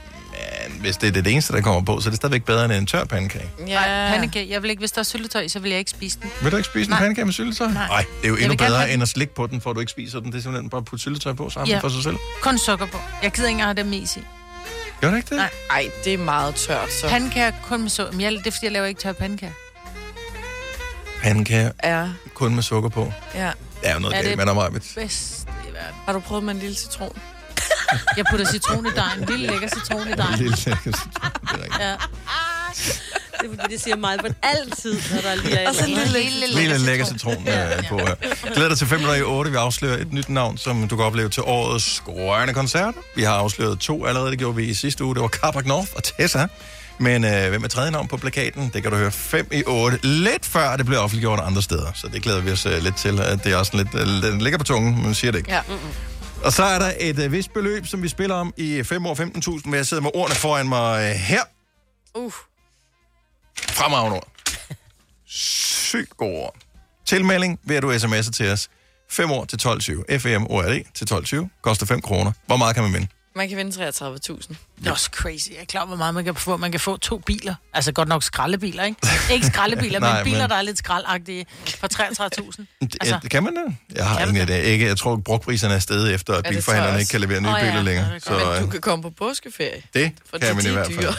A: man, hvis det er det eneste, der kommer på, så er det stadigvæk bedre end en tør pandekage.
D: Ja. Ej, pandekage. Jeg vil ikke, hvis der er syltetøj, i, så vil jeg ikke spise den.
A: Vil du ikke spise Nej. en pandekage med syltetøj?
D: Nej.
A: Nej, det er jo
D: Jeg
A: endnu
D: vil gerne
A: bedre
D: have den.
A: end at slikke på den, for du ikke spiser den. Det er simpelthen bare at putte syltetøj på sammen
D: Ja.
A: ja. for sig selv.
D: Kun sukker på. Jeg gider ikke engang have dem is i.
A: Gør det ikke det?
D: Nej.
E: Ej, det er meget tørt, så.
D: Pandekager kun med sukker. Men jeg, det er, fordi jeg laver ikke tør pandekager.
A: Pandekager
E: Ja.
A: kun med sukker på.
E: Ja.
A: Der er jo noget
D: Er
A: galt
D: det
A: med dig, Marvitt.
D: bedst i verden.
E: Har du prøvet med en lille citron?
D: Jeg putter citron i dejen. En lille lækker citron i dejen.
A: Lille lækker
D: Ja.
C: Det er fordi, det siger meget, men altid, når der lige er...
A: Og så
C: en
A: lille- Lille lækker
C: citron.
A: citron øh, på her. Glæder dig til 5 minutter i 8. Vi afslører et nyt navn, som du kan opleve til årets grønne koncert. Vi har afsløret to allerede, det gjorde vi i sidste uge. Det var Carpac North og Tessa. Men øh, hvem er tredje navn på plakaten? Det kan du høre 5 i 8, lidt før det bliver offentliggjort andre steder. Så det glæder vi os øh, lidt til. at Det er også lidt, øh, den ligger på tungen, men man siger det ikke.
E: Ja.
A: Og så er der et øh, vist beløb, som vi spiller om i 5 år 15.000, hvor jeg sidder med ordene foran mig øh, her.
E: Uh.
A: Fremragende ord. Sygt gode ord. Tilmelding ved at du sms'er til os. 5 år til 12.20. FM ORD E til 12.20. Koster 5 kroner. Hvor meget kan man vinde?
E: Man kan vinde 33.000.
D: Det er også crazy. Jeg er klar, over, hvor meget man kan få. Man kan få to biler. Altså godt nok skraldebiler, ikke? Ikke skraldebiler,
A: Nej,
D: men biler,
A: men-
D: der er lidt skraldagtige for 33.000.
A: Altså, ja, kan man det? Jeg har ingen idé. Ikke, jeg tror, at brugpriserne er steget efter, at
E: det tror
A: bilforhandlerne
E: jeg
A: ikke kan levere nye
E: også.
A: biler
E: Åh, ja.
A: længere.
E: Ja, det
A: Så
E: kan godt. Men
A: øh,
E: du kan komme på påskeferie.
A: det
E: For
A: kan man
E: de
A: i
E: er
A: hvert fald.
E: dyre.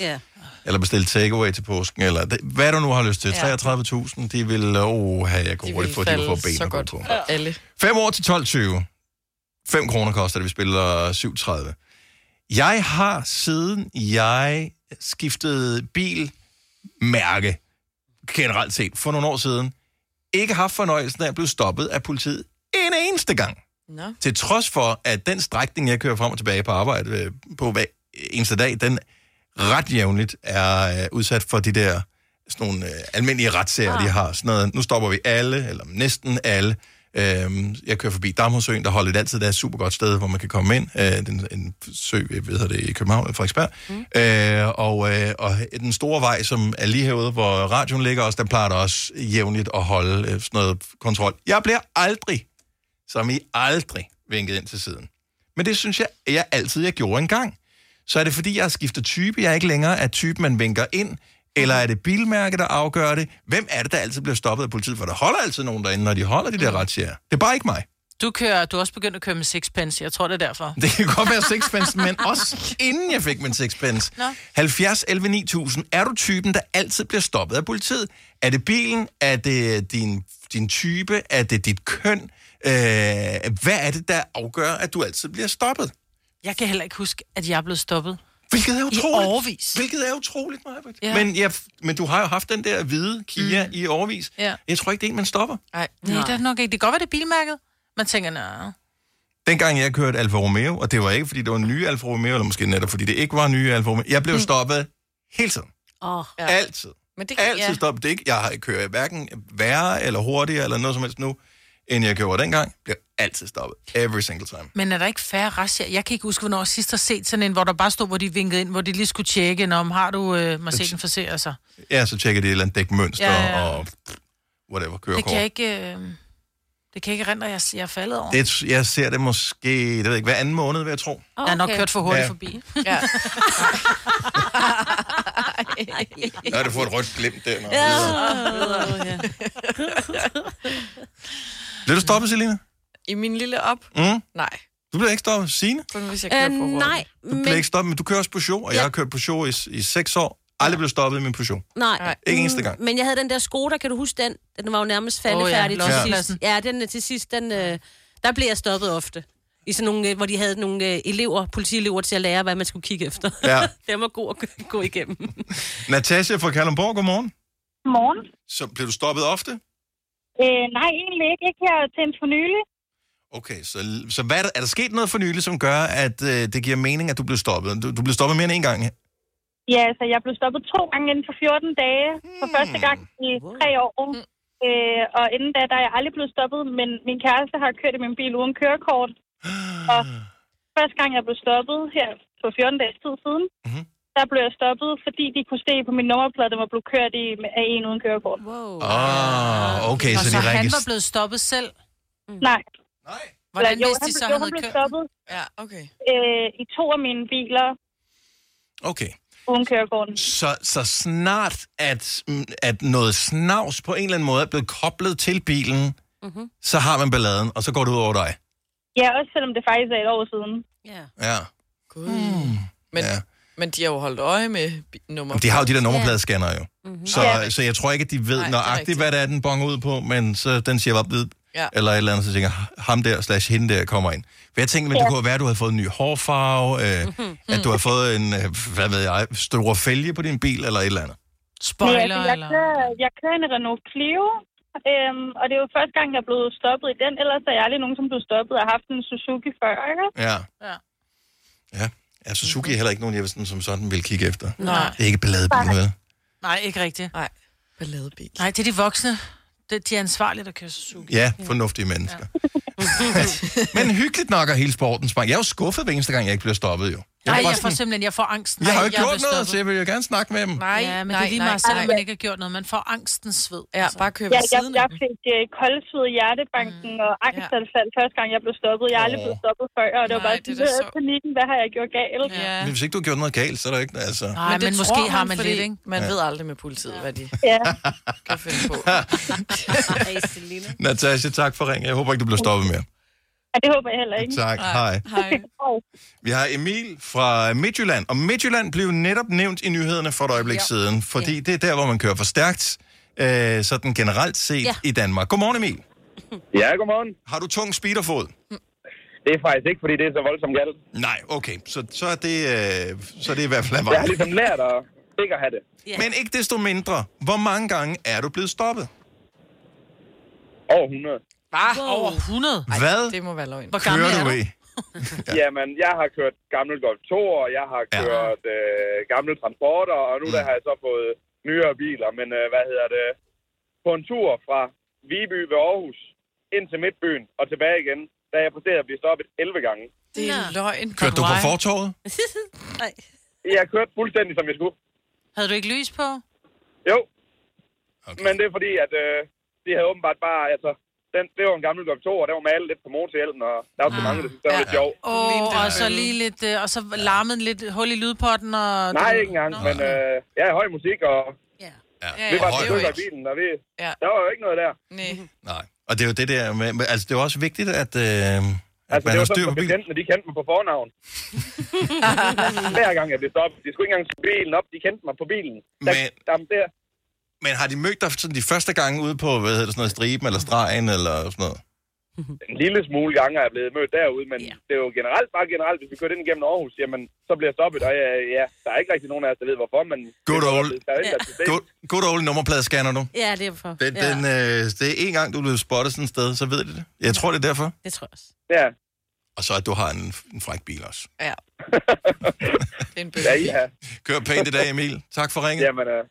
A: Ja.
C: Ja.
A: Eller bestille takeaway til påsken, eller det, hvad du nu har lyst til.
E: Ja.
A: 33.000, de vil... Åh, oh, jeg kunne hurtigt få, de vil få ben
E: så
A: at gå
E: godt
A: på.
E: for alle.
A: 5 år til 12.20. 5 kroner koster det, vi spiller 7.30. Jeg har, siden jeg skiftede bilmærke generelt set for nogle år siden, ikke haft fornøjelsen af at blive stoppet af politiet en eneste gang.
E: Nå.
A: Til trods for, at den strækning, jeg kører frem og tilbage på arbejde øh, på hver eneste dag, den ret jævnligt er øh, udsat for de der sådan nogle øh, almindelige retssager, ah. de har. Sådan noget, nu stopper vi alle, eller næsten alle. Øhm, jeg kører forbi Damhusøen, der holder altid, der er et super godt sted, hvor man kan komme ind. Øh, den, en sø, jeg ved det, i København, eller Frederiksberg. Mm. Øh, og, øh, og den store vej, som er lige herude, hvor radioen ligger også, den plejer der også jævnligt at holde øh, sådan noget kontrol. Jeg bliver aldrig, som I aldrig, vinket ind til siden. Men det synes jeg, jeg altid, jeg gjorde engang. Så er det, fordi jeg har skiftet type. Jeg er ikke længere er typen, man vinker ind. Eller er det bilmærke, der afgør det? Hvem er det, der altid bliver stoppet af politiet? For der holder altid nogen derinde, når de holder de der retsjager. Det er bare ikke mig.
D: Du, kører, du er også begyndt at køre med sixpence, jeg tror det er derfor.
A: Det kan godt være sixpence, men også inden jeg fik min sixpence.
D: Nå.
A: 70 11 9000. Er du typen, der altid bliver stoppet af politiet? Er det bilen? Er det øh, din, din type? Er det dit køn? Øh, hvad er det, der afgør, at du altid bliver stoppet?
D: Jeg kan heller ikke huske, at jeg er blevet stoppet.
A: Hvilket er utroligt.
D: I overvis.
A: Hvilket er utroligt, Maja.
D: Ja.
A: Men, jeg, men du har jo haft den der hvide Kia mm. i overvis.
D: Ja.
A: Jeg tror ikke, det er en, man stopper.
D: Nej, det er nok ikke. Det kan godt være, det er bilmærket. Man tænker, nej.
A: Dengang jeg kørte Alfa Romeo, og det var ikke, fordi det var en ny Alfa Romeo, eller måske netop, fordi det ikke var en ny Alfa Romeo. Jeg blev
D: Mm.
A: stoppet hele tiden.
C: Oh.
A: Ja. Altid.
E: Men det kan,
A: Altid ja. stoppet. Det er ikke, jeg har kørt hverken værre eller hurtigere eller noget som helst nu, end jeg gjorde dengang. Bliver altid stoppet. Every single time.
D: Men er der ikke færre rasjer? Jeg kan ikke huske, hvornår jeg sidst har set sådan en, hvor der bare stod, hvor de vinkede ind, hvor de lige skulle tjekke, om har du øh, Mercedesen forserer sig.
A: Ja, så tjekker det et eller andet dækmønster
D: Ja, ja,
A: ja,
D: ja.
A: ja. og whatever, kørekort.
D: Det kan jeg ikke... Øh, det kan jeg ikke rende, at jeg, jeg er faldet over. Det,
A: Det, jeg ser det måske, det ved jeg ikke, hver anden måned, vil jeg tro.
D: Ah, okay. Jeg er nok
C: Okay.
D: kørt for hurtigt
A: Ja.
D: ja. forbi.
E: Ja.
A: Ja, du får et rødt glimt der. Når
D: Ah.
E: Ja.
A: Bliver du stoppet, Selina?
E: I min lille op?
A: Mm?
E: Nej.
A: Du bliver ikke stoppet, Signe?
E: Kun hvis jeg kører
C: Øh,
E: for hurtigt.
C: nej,
A: Du bliver
C: men...
A: ikke stoppet, men du kører også Peugeot, og jeg har kørt Peugeot i, i seks år. Aldrig blevet stoppet i min Peugeot.
C: Nej.
A: Ikke eneste gang.
C: Men jeg havde den der Skoda, kan du huske den? Den var jo nærmest faldefærdig
A: Åh,
C: oh,
A: ja,
C: ja. til sidst.
A: lossepladsen.
C: Ja, den, øh, til sidst, den, øh, der blev jeg stoppet ofte. I sådan nogle, øh, hvor de havde nogle øh, elever, politielever til at lære, hvad man skulle kigge efter.
A: Ja.
C: den var god at gå- gå igennem.
A: Natasha fra Kalundborg, godmorgen.
I: Morgen.
A: Så bliver du stoppet ofte?
I: Øh, nej, egentlig ikke. Ikke her til for nylig.
A: Okay, så, så hvad er, der, er der sket noget for nylig, som gør, at øh, det giver mening, at du blev stoppet? Du, du blev stoppet mere end en gang.
I: Ja, så jeg blev stoppet to gange inden for 14 dage. For
A: Hmm.
I: første gang i tre år. Øh, og inden da, der er jeg aldrig blevet stoppet, men min kæreste har kørt i min bil uden kørekort. Og første gang, jeg blev stoppet her for 14 dages tid siden,
A: Mhm.
I: mm-hmm. der blev jeg stoppet, fordi de kunne se på min nummerplade, den var blevet kørt i, af en uden kørekort.
D: Wow.
A: Åh, oh, Ah, okay,
D: og så,
A: så det er
D: han
A: rigtigt.
D: var blevet stoppet selv. Mm.
I: Nej.
D: Hvordan
I: jo,
D: vidste de
I: han
D: så,
I: blev- jo,
D: han havde
I: blev
D: kørt?
I: stoppet
E: Ja, okay.
I: øh, i to af mine biler
A: Okay.
I: uden kørekorten.
A: Så, så snart, at, mm, at noget snavs på en eller anden måde er blevet koblet til bilen,
I: Mm-hmm.
A: så har man balladen, og så går det ud over dig.
I: Ja, også selvom det faktisk er et år siden.
C: Ja.
A: Ja.
E: Gud. Men, ja. men de har jo holdt øje med bi- nummer.
A: De har jo de der nummerpladescanner jo.
E: Mhm.
A: Så,
E: Ja.
A: så jeg tror ikke, at de
E: Nej,
A: ved Nej,
E: det er
A: nøjagtigt,
E: rigtigt.
A: hvad det er, den bonger ud på, men så den siger bare blid,
E: Ja.
A: ja. eller et eller andet, så tænker jeg, ham der slash hende der kommer ind. For jeg tænkte, men det kunne jo være, at du havde fået en ny hårfarve, øh,
E: Mm-hmm. Mhm.
A: at
D: Mm.
A: du har fået en, øh, hvad ved jeg, store fælge på din bil, eller et eller andet.
I: Men altså, jeg, kører, jeg kører en Renault Clio, øhm, og det er jo første gang, jeg er blevet stoppet i den. Ellers er jeg aldrig nogen, som blev stoppet og har haft en Suzuki før, ikke?
A: Ja.
D: Ja.
A: Ja. Ja, Suzuki er heller ikke nogen, jeg vil sådan, som sådan vil kigge efter.
D: Nej.
A: Det er ikke balladebiler, vel?
D: Nej, ikke rigtigt.
E: Nej, balladebil.
D: Nej, det er de voksne. Det, de er ansvarlige, der kører Suzuki.
A: Ja, fornuftige mennesker. Ja. men hyggeligt nok at hele sporten Jeg er jo skuffet hver eneste gang, jeg ikke bliver stoppet, jo.
D: Nej,
A: var
D: jeg
A: bare
D: får
A: sådan-
D: simpelthen, jeg får angsten.
A: Jeg har jo
D: Ej,
A: ikke gjort
D: vil
A: noget,
D: stoppe.
A: så jeg vil jo gerne snakke med dem.
E: Nej,
D: ja, men
E: nej,
D: det er lige
E: nej,
D: meget, selvom
E: nej.
D: man ikke har gjort noget. Man får angsten sved. Ja, altså.
E: bare køre
I: Jeg, jeg, jeg fik øh, koldsved i hjertebanken mm. og angstanfald første gang, jeg blev stoppet. Jeg er aldrig
A: Åh.
I: blevet stoppet før, og det var
E: Nej,
I: bare
E: det er
I: sådan,
E: da
I: det
E: så-
I: panikken, hvad har jeg gjort galt? Ja.
A: Men hvis ikke du har gjort noget galt, så er der ikke... Altså.
D: Nej, men,
E: det
D: men
E: tror
D: måske har man
E: fordi
D: lidt, ikke?
E: Man
A: Ja.
E: ved aldrig med politiet, hvad de
I: ja.
E: kan finde på.
A: Natasha, tak for ringen. Jeg håber ikke, du bliver stoppet mere.
I: ja, det håber jeg heller ikke.
A: Tak. Hej.
E: Hej.
A: Vi har Emil fra Midtjylland, og Midtjylland blev netop nævnt i nyhederne for et øjeblik ja. siden, fordi det er der, hvor man kører for stærkt, øh, sådan generelt set
H: Ja.
A: ja. i Danmark. Godmorgen, Emil.
H: Ja, godmorgen.
A: Har du tung speederfod?
H: Det er faktisk ikke, fordi det er så voldsomt galt.
A: Nej, okay. Så, så, er, det, øh, så er det i hvert fald af mig.
H: Jeg har ligesom lært at ikke at have det.
A: Ja. Men ikke desto mindre, hvor mange gange er du blevet stoppet?
H: Over 100.
D: Bare wow. over 100?
A: Ej, Hvad
E: det må være løgn.
D: Hvor gammel
A: Kører
D: er
A: du
D: du?
A: i?
H: Ja. Jamen, jeg har
A: Mm.
H: kørt gammel Golf 2, og jeg har kørt ja. øh, gamle transporter, og nu der har jeg så fået nyere biler, men øh, hvad hedder det? På en tur fra Viby ved Aarhus ind til Midtbyen og tilbage igen, da jeg præsterede at blive stoppet 11 gange.
E: Det er løgn.
A: Kørte du på fortorvet?
D: Nej.
H: Jeg kørte fuldstændig, som jeg skulle.
D: Havde du ikke lys på?
H: Jo. Okay. Men det er fordi, at øh, de havde åbenbart bare, altså, den, det var en gammel Golf 2, og den var malet lidt på motorhjelmen, og der var så mange, der synes, det var lidt sjov.
D: Åh, Ah. og så lige lidt, øh, og så larmede en lidt hul i lydpotten, og...
H: Nej, ikke engang, men øh, jeg er høj musik, og
D: Ja,
H: vi
D: ja,
H: var
D: det er jo
H: stykker i
D: ikke-
H: bilen, og vi, der var jo ikke noget der.
E: Nej.
A: Nej. Og det er jo det der med, men altså det er jo også vigtigt, at, øh, at
H: Altså,
A: man
H: det
A: har
H: var
A: styr
H: sådan,
A: på
H: at
A: bilen.
H: bekendtene, de kendte mig på fornavn. Hver gang jeg blev stoppet, de skulle ikke engang se bilen op, de kendte mig på bilen. Der,
A: Men-
H: der, der,
A: Men har de mødt dig sådan de første gange ude på, hvad hedder det, sådan noget, striben eller stregen eller sådan noget?
H: en lille smule gange er jeg blevet mødt derude, men det er jo generelt, bare generelt, hvis vi kører ind igennem Aarhus, jamen, så bliver jeg stoppet, og ja, ja, der er ikke rigtig nogen af os, der ved hvorfor, men...
A: Good old,
H: Der er ikke, der er system.
A: good, good old nummerpladescanner du.
C: Ja, det er for.
A: Den,
C: ja.
A: den, øh, det er en gang, du bliver spottet sådan et sted, så ved de det. Jeg tror, det er derfor.
C: Det tror jeg også.
H: Ja.
A: Og så, at du har en, en fræk bil også.
E: Ja.
H: Ja, ja.
A: Kør pænt i dag, Emil. Tak for ringet.
H: Jamen, øh,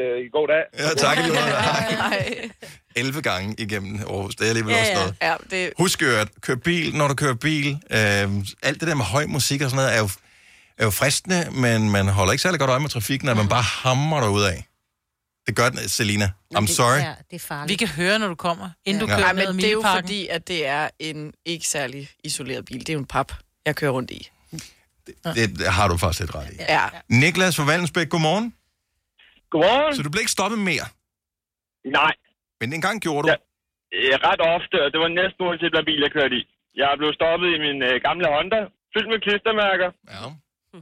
H: øh, god dag.
A: Ja, tak i lige måde.
E: Nej.
A: 11 gange igennem Aarhus. Det er alligevel
E: Ja,
A: også
E: ja.
A: noget.
E: Ja, det-
A: Husk jo, at køre bil, når du kører bil. Øh, alt det der med høj musik og sådan noget, er jo, er jo fristende, men man holder ikke særlig godt øje med trafikken, at man bare hammer dig ud af. Det gør den, Selina. I'm sorry.
C: Ja, det er farligt.
D: Vi kan høre, når du kommer, inden du
A: Ja.
D: kører
A: Ej,
E: Nej,
D: ned ad
E: men det er jo
D: Mileparken.
E: fordi, at det er en ikke særlig isoleret bil. Det er jo en pap, jeg kører rundt i.
A: Det har du faktisk lidt ret i.
E: Ja.
A: Niklas fra Valensbæk, godmorgen.
Q: Godmorgen.
A: Så du blev ikke stoppet mere?
Q: Nej.
A: Men en gang gjorde du?
Q: Ja, øh, ret ofte, og det var næsten uanset, hvad bil jeg kørte i. Jeg blev stoppet i min øh, gamle Honda, fyldt med klistermærker.
A: Ja.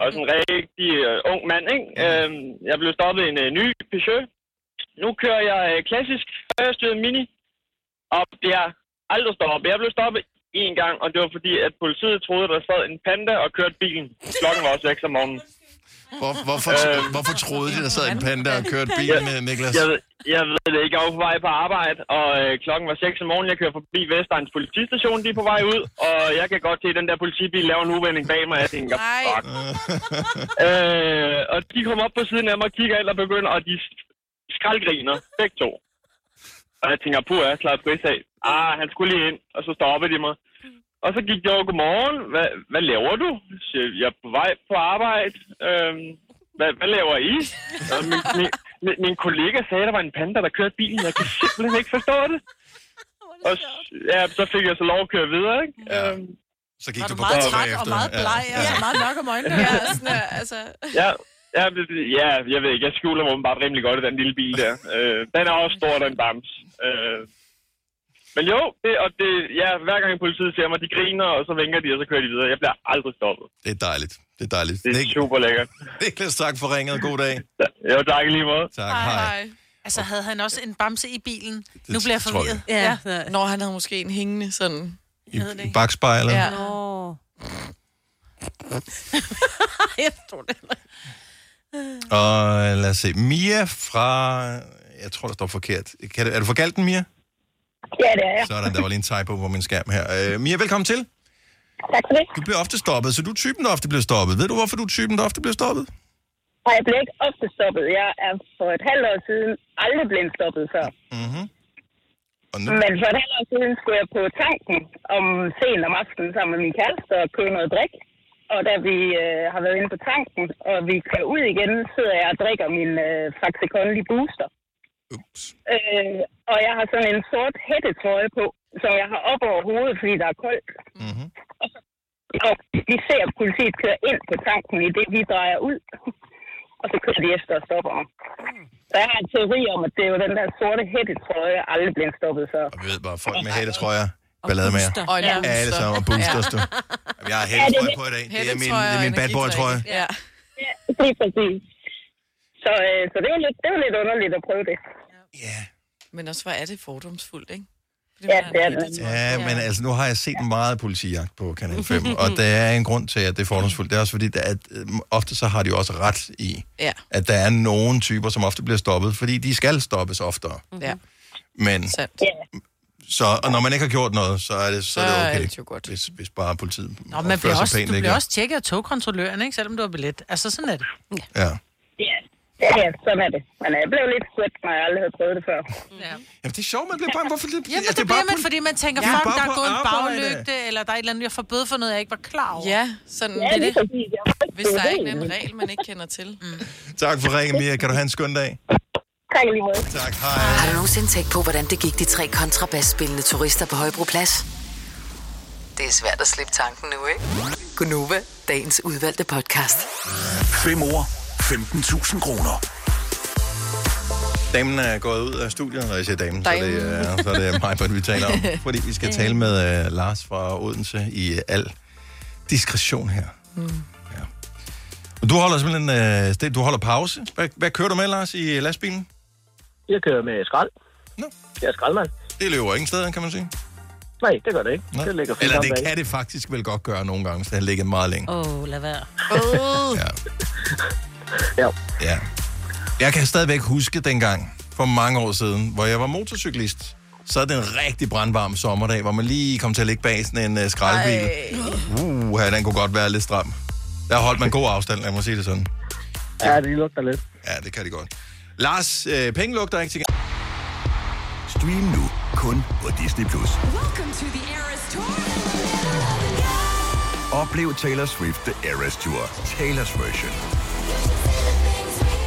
Q: Og sådan en rigtig øh, ung mand, ikke? Øhm, jeg blev stoppet i en øh, ny Peugeot. Nu kører jeg øh, klassisk højrestyret Mini, og bliver aldrig stoppet. Jeg blev stoppet en gang, og det var fordi, at politiet troede, der sad en panda og kørte bilen. Klokken var også 6 om morgenen.
A: Hvor, hvorfor,
Q: Øhm.
A: hvorfor troede de, der sad en panda og kørte bil med Niklas?
Q: Jeg, ved- jeg ved det ikke. Jeg var på vej på arbejde, og øh, klokken var 6 om morgenen. Jeg kører forbi Vestegns politistation, de er på vej ud, og jeg kan godt se, at den der politibil laver en uvending bag mig. Jeg tænker,
E: Nej.
Q: fuck. øh, og de kommer op på siden af mig og kigger ind og begynder, og de skraldgriner, begge to. Og jeg tænker, puh, jeg slapper pris af. Ah, han skulle lige ind, og så stopper de mig. Og så gik jeg over, godmorgen, hvad, hvad laver du? Så siger jeg, jeg er på vej på arbejde. Øhm, hvad, hvad laver I? Og min, min, min, min kollega sagde, at der var en panda, der kørte bilen. Jeg kan simpelthen ikke forstå det. Og s- ja, så fik jeg så lov at køre videre, ikke? Ja. Øhm,
A: så gik
D: Var du meget træt og meget bleg, og så meget nok om øjnene? Ja, sådan, øh, altså...
Q: Ja, ja, det- ja, jeg ved ikke. Jeg skjuler mig bare rimelig godt i den lille bil der. Øh, den er også stor, den bams. Øh, men jo, det, og det, ja, hver gang politiet ser mig, de griner, og så vinker de, og så kører de videre. Jeg bliver aldrig stoppet.
A: Det er dejligt. Det er dejligt.
Q: Det er super lækkert.
A: Niklas, tak for ringet. God dag.
Q: Jo, tak i lige måde.
A: Tak, hej.
D: Altså, havde han også en bamse i bilen? nu bliver jeg
A: tror jeg.
D: forvirret.
E: Ja. ja. Når han havde måske en hængende sådan...
A: I, i bagspejlet.
E: Ja.
C: Nå.
D: jeg tror det.
A: Og lad os se. Mia fra... Jeg tror, der står forkert. Kan det, er du fra Galten, Mia?
R: Ja, det er jeg.
A: Sådan, der var lige en typo på min skærm her. Øh, Mia, velkommen til.
R: Tak for det.
A: Du bliver ofte stoppet, så du er typen, der ofte bliver stoppet. Ved du, hvorfor du er typen, der ofte bliver stoppet?
R: Og jeg blev ikke ofte stoppet. Jeg er for et halvt år siden aldrig blevet stoppet før.
A: Mm-hmm.
R: Men for et halvt år siden skulle jeg på tanken om sen om aftenen sammen med min kæreste og købe noget drik. Og da vi øh, har været inde på tanken, og vi kører ud igen, sidder jeg og drikker min øh, Faxe Kondi Booster. Øh, og jeg har sådan en sort hættetrøje på, som jeg har op over hovedet, fordi der er koldt. Mm-hmm. Og vi ser at politiet køre ind på tanken, i det vi drejer ud. Og så kører de efter og stopper mig. Så jeg har en teori om, at det er jo den der sorte hættetrøje, jeg aldrig bliver stoppet før.
A: Jeg ved bare, folk med hætte, tror jeg. Ballade med jer.
R: Og booster.
A: Alle sammen, og boosters, du. Jamen, Jeg har hættetrøje på i dag. Det er min, det er min bad boy, tror jeg.
E: Ja.
R: ja, lige præcis. Så, øh, så det, var lidt, det var lidt underligt at prøve det.
E: Men også, hvor er det fordomsfuldt, ikke?
R: Ja, det er det.
A: Ja, men altså, nu har jeg set meget politijagt på Kanal 5, og der er en grund til, at det er fordomsfuldt. Det er også fordi, der er, øh, ofte så har de jo også ret i,
E: Ja.
A: at der er nogle typer, som ofte bliver stoppet, fordi de skal stoppes oftere.
D: Mhm.
E: Ja.
A: Men, så, og når man ikke har gjort noget, så er det, så er det
D: Så
A: okay,
D: er
A: det jo godt. Hvis, hvis bare politiet
D: Nå, man bliver også, du bliver også tjekket af togkontrolløren, ikke? Selvom du har billet. Altså, sådan er det.
A: Ja.
R: Ja. Ja, ja, sådan er det. Men øh, jeg blev lidt sødt, når jeg aldrig havde prøvet det før.
D: Ja.
A: Jamen, det er sjovt, man bliver bange. Hvorfor det,
D: Ja, men
A: altså,
D: det, det
A: er bare
D: bliver man, fordi man tænker,
A: Ja,
D: ja,
A: bare
D: der er
A: på
D: gået en
A: arbejde."
D: baglygte, eller der er et eller andet, jeg får bøde for noget, jeg ikke var klar over.
E: Ja, sådan
D: Ja,
E: er
D: lige
E: det.
D: præcis. Jeg var ikke
E: Hvis der er
D: bevidst.
E: ikke en regel, man ikke kender til. Mm.
A: Tak for ringen, Mia. Kan du have en skøn dag?
R: Tak lige måde.
A: Tak, hej.
F: Har du nogensinde tænkt på, hvordan det gik de tre kontrabasspillende turister på Højbroplads? Det er svært at slippe tanken nu, ikke? Gunova, dagens udvalgte podcast.
G: 5 år, 15.000 kroner.
A: Damen er gået ud af studiet, når jeg siger damen, så er det, øh, så er det mig, vi taler om. Fordi vi skal tale med uh, Lars fra Odense i uh, al diskretion her.
E: Mm.
A: Og du holder simpelthen uh, sted, du holder pause. Hvad, hvad kører du med, Lars, i øh, lastbilen?
P: Jeg kører med skrald.
A: Nå.
P: Jeg er skraldmand.
A: Det løber ingen steder, kan man sige.
P: Nej, det gør det ikke.
A: Nå.
P: Det ligger fint
A: Eller
P: om
A: det
P: bag.
A: kan det faktisk vel godt gøre nogle gange, hvis det har ligget meget længe.
C: Åh, oh, lad være.
E: Oh.
A: ja.
P: Ja.
A: ja. Jeg kan stadigvæk huske dengang, for mange år siden, hvor jeg var motorcyklist. Så er det en rigtig brandvarm sommerdag, hvor man lige kom til at ligge bag sådan en uh, skraldbil. Uh, den kunne godt være lidt stram. Der holdt man god afstand, lad mig sige det sådan.
P: Ja, det lugter lidt.
A: Ja, det kan det godt. Lars, øh, penge lugter ikke til
G: Stream nu kun på Disney+. Plus. Oplev Taylor Swift The Eras Tour, Taylor's version.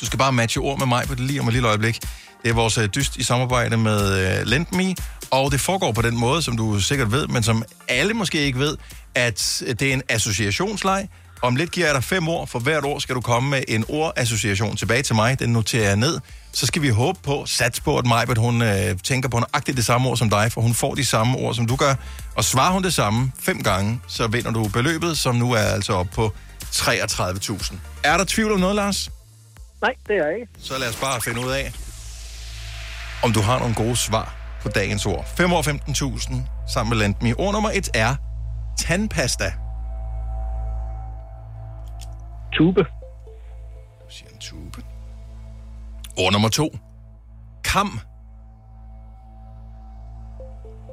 A: Du skal bare matche ord med mig på det lige om et lille øjeblik. Det er vores øh, dyst i samarbejde med øh, LendMe, og det foregår på den måde, som du sikkert ved, men som alle måske ikke ved, at øh, det er en associationsleg. Om lidt giver jeg dig fem ord. For hvert år skal du komme med en ordassociation tilbage til mig. Den noterer jeg ned. Så skal vi håbe på, sats på, at Majbert, hun øh, tænker på nøjagtigt det samme ord som dig, for hun får de samme ord, som du gør. Og svarer hun det samme fem gange, så vinder du beløbet, som nu er altså op på 33.000. Er der tvivl om noget, Lars?
P: Nej, det er jeg ikke.
A: Så lad os bare finde ud af, om du har nogle gode svar på dagens ord. 5 år 15.000 sammen med Landmi. Ord nummer et er tandpasta.
P: Tube.
A: Du siger en tube. Ord nummer to. Kam.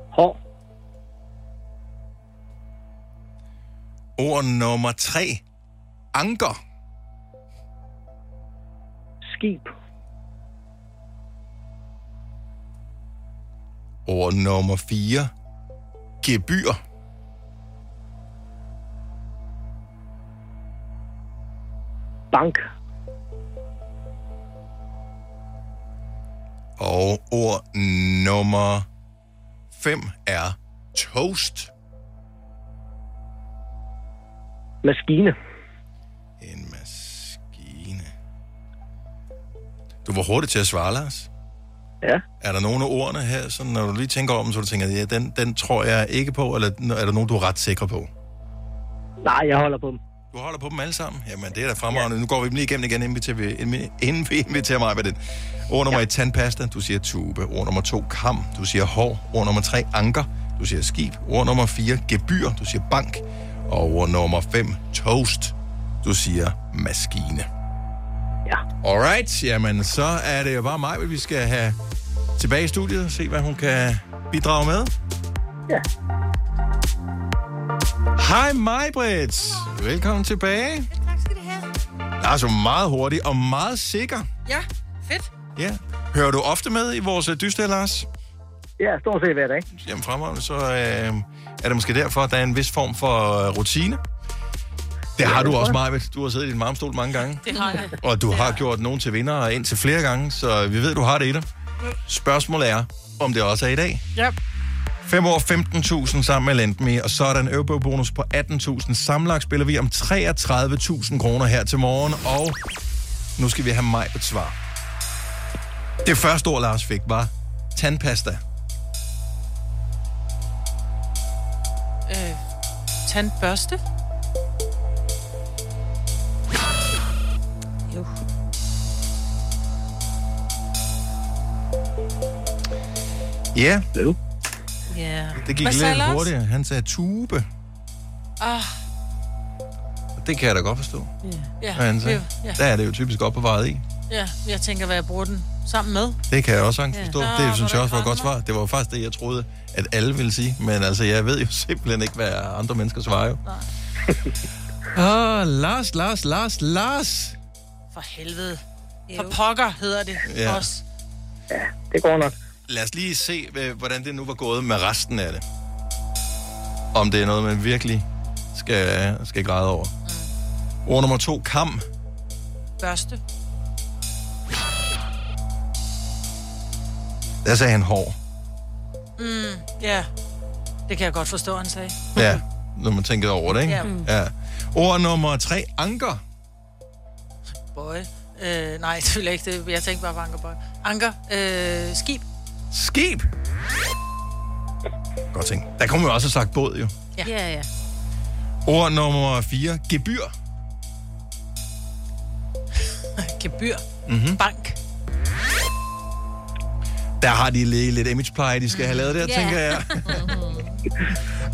P: Hår.
A: Ord nummer tre. Anker.
P: Skib.
A: Ord nummer 4. Gebyr.
P: Bank.
A: Og ord nummer 5 er toast.
P: Maskine.
A: En maskine. Du var hurtig til at svare, Lars.
P: Ja.
A: Er der nogle af ordene her, så når du lige tænker om, så du tænker, ja, den, den tror jeg ikke på, eller er der nogen, du er ret sikker på?
P: Nej, jeg holder på dem.
A: Du holder på dem alle sammen? Jamen, det er da fremragende. Ja. Nu går vi dem lige igennem igen, inden vi, til, inden vi inviterer mig med den. Ord nummer ja. et, tandpasta. Du siger tube. Ord nummer to, kam. Du siger hår. Ord nummer tre, anker. Du siger skib. Ord nummer fire, gebyr. Du siger bank. Og ord nummer fem, toast. Du siger maskine. Ja. Alright, jamen så er det jo bare mig, vi skal have tilbage i studiet og se, hvad hun kan bidrage med.
P: Ja.
A: Hej mig, Britt. Velkommen tilbage. Tak skal du have. meget hurtig og meget sikker.
S: Ja, fedt.
A: Ja. Hører du ofte med i vores øh, dyste, Lars?
P: Ja, stort set hver dag.
A: Jamen fremragende, så øh, er det måske derfor, at der er en vis form for øh, rutine. Det har du også, Majbet. Du har siddet i din marmstol mange gange.
D: Det har jeg.
A: Og du har gjort nogen til vinder og indtil flere gange, så vi ved, du har det i dig. Spørgsmålet er, om det også er i dag.
D: Ja.
A: 5 år 15.000 sammen med Lendme, og så er der en Ørebøg-bonus på 18.000. Sammenlagt spiller vi om 33.000 kroner her til morgen, og nu skal vi have mig et svar. Det første ord, Lars fik, var tandpasta.
D: Øh, tandbørste?
A: Ja,
D: Ja.
A: det gik
D: Hvad sagde
A: lidt
D: Lars?
A: hurtigt. Han sagde tube.
D: Ah,
A: Det kan jeg da godt forstå.
D: ja.
A: hvad han sagde.
D: Ja.
A: altså, Der er det jo typisk opbevaret i.
D: ja, jeg tænker, hvad jeg bruger den sammen med.
A: Det kan jeg også sagtens
D: Ja.
A: forstå.
D: Nå,
A: Det synes jeg også var et godt svar. Det var jo faktisk det, jeg troede, at alle ville sige. Men altså, jeg ved jo simpelthen ikke, hvad andre mennesker svarer jo. Åh, oh, Lars, Lars, Lars, Lars.
D: For helvede. For pokker hedder det
A: Ja.
D: ja. også.
A: Det går nok. Lad os lige se, hvad- hvordan det nu var gået med resten af det. Om det er noget, man virkelig skal, skal græde over. Ord nummer to, kam.
D: Børste.
A: Der sagde han hår.
D: Mm, ja. Det kan jeg godt forstå, han sagde.
A: Ja, når man tænker over det, ikke?
D: Ja. Mm.
A: ja. Ord nummer tre, anker.
D: Boy. Øh, nej, det vil jeg ikke. Det, jeg tænkte bare på ankerboy. Anker. Øh, skib.
A: Skib? Godt ting. Der kunne man jo også have sagt båd, jo.
D: Ja. ja, ja.
A: Ord nummer 4. Gebyr.
D: Gebyr.
A: Mm-hmm.
D: Bank.
A: Der har de lige lidt imagepleje, de skal have lavet der,
D: Ja.
A: tænker jeg.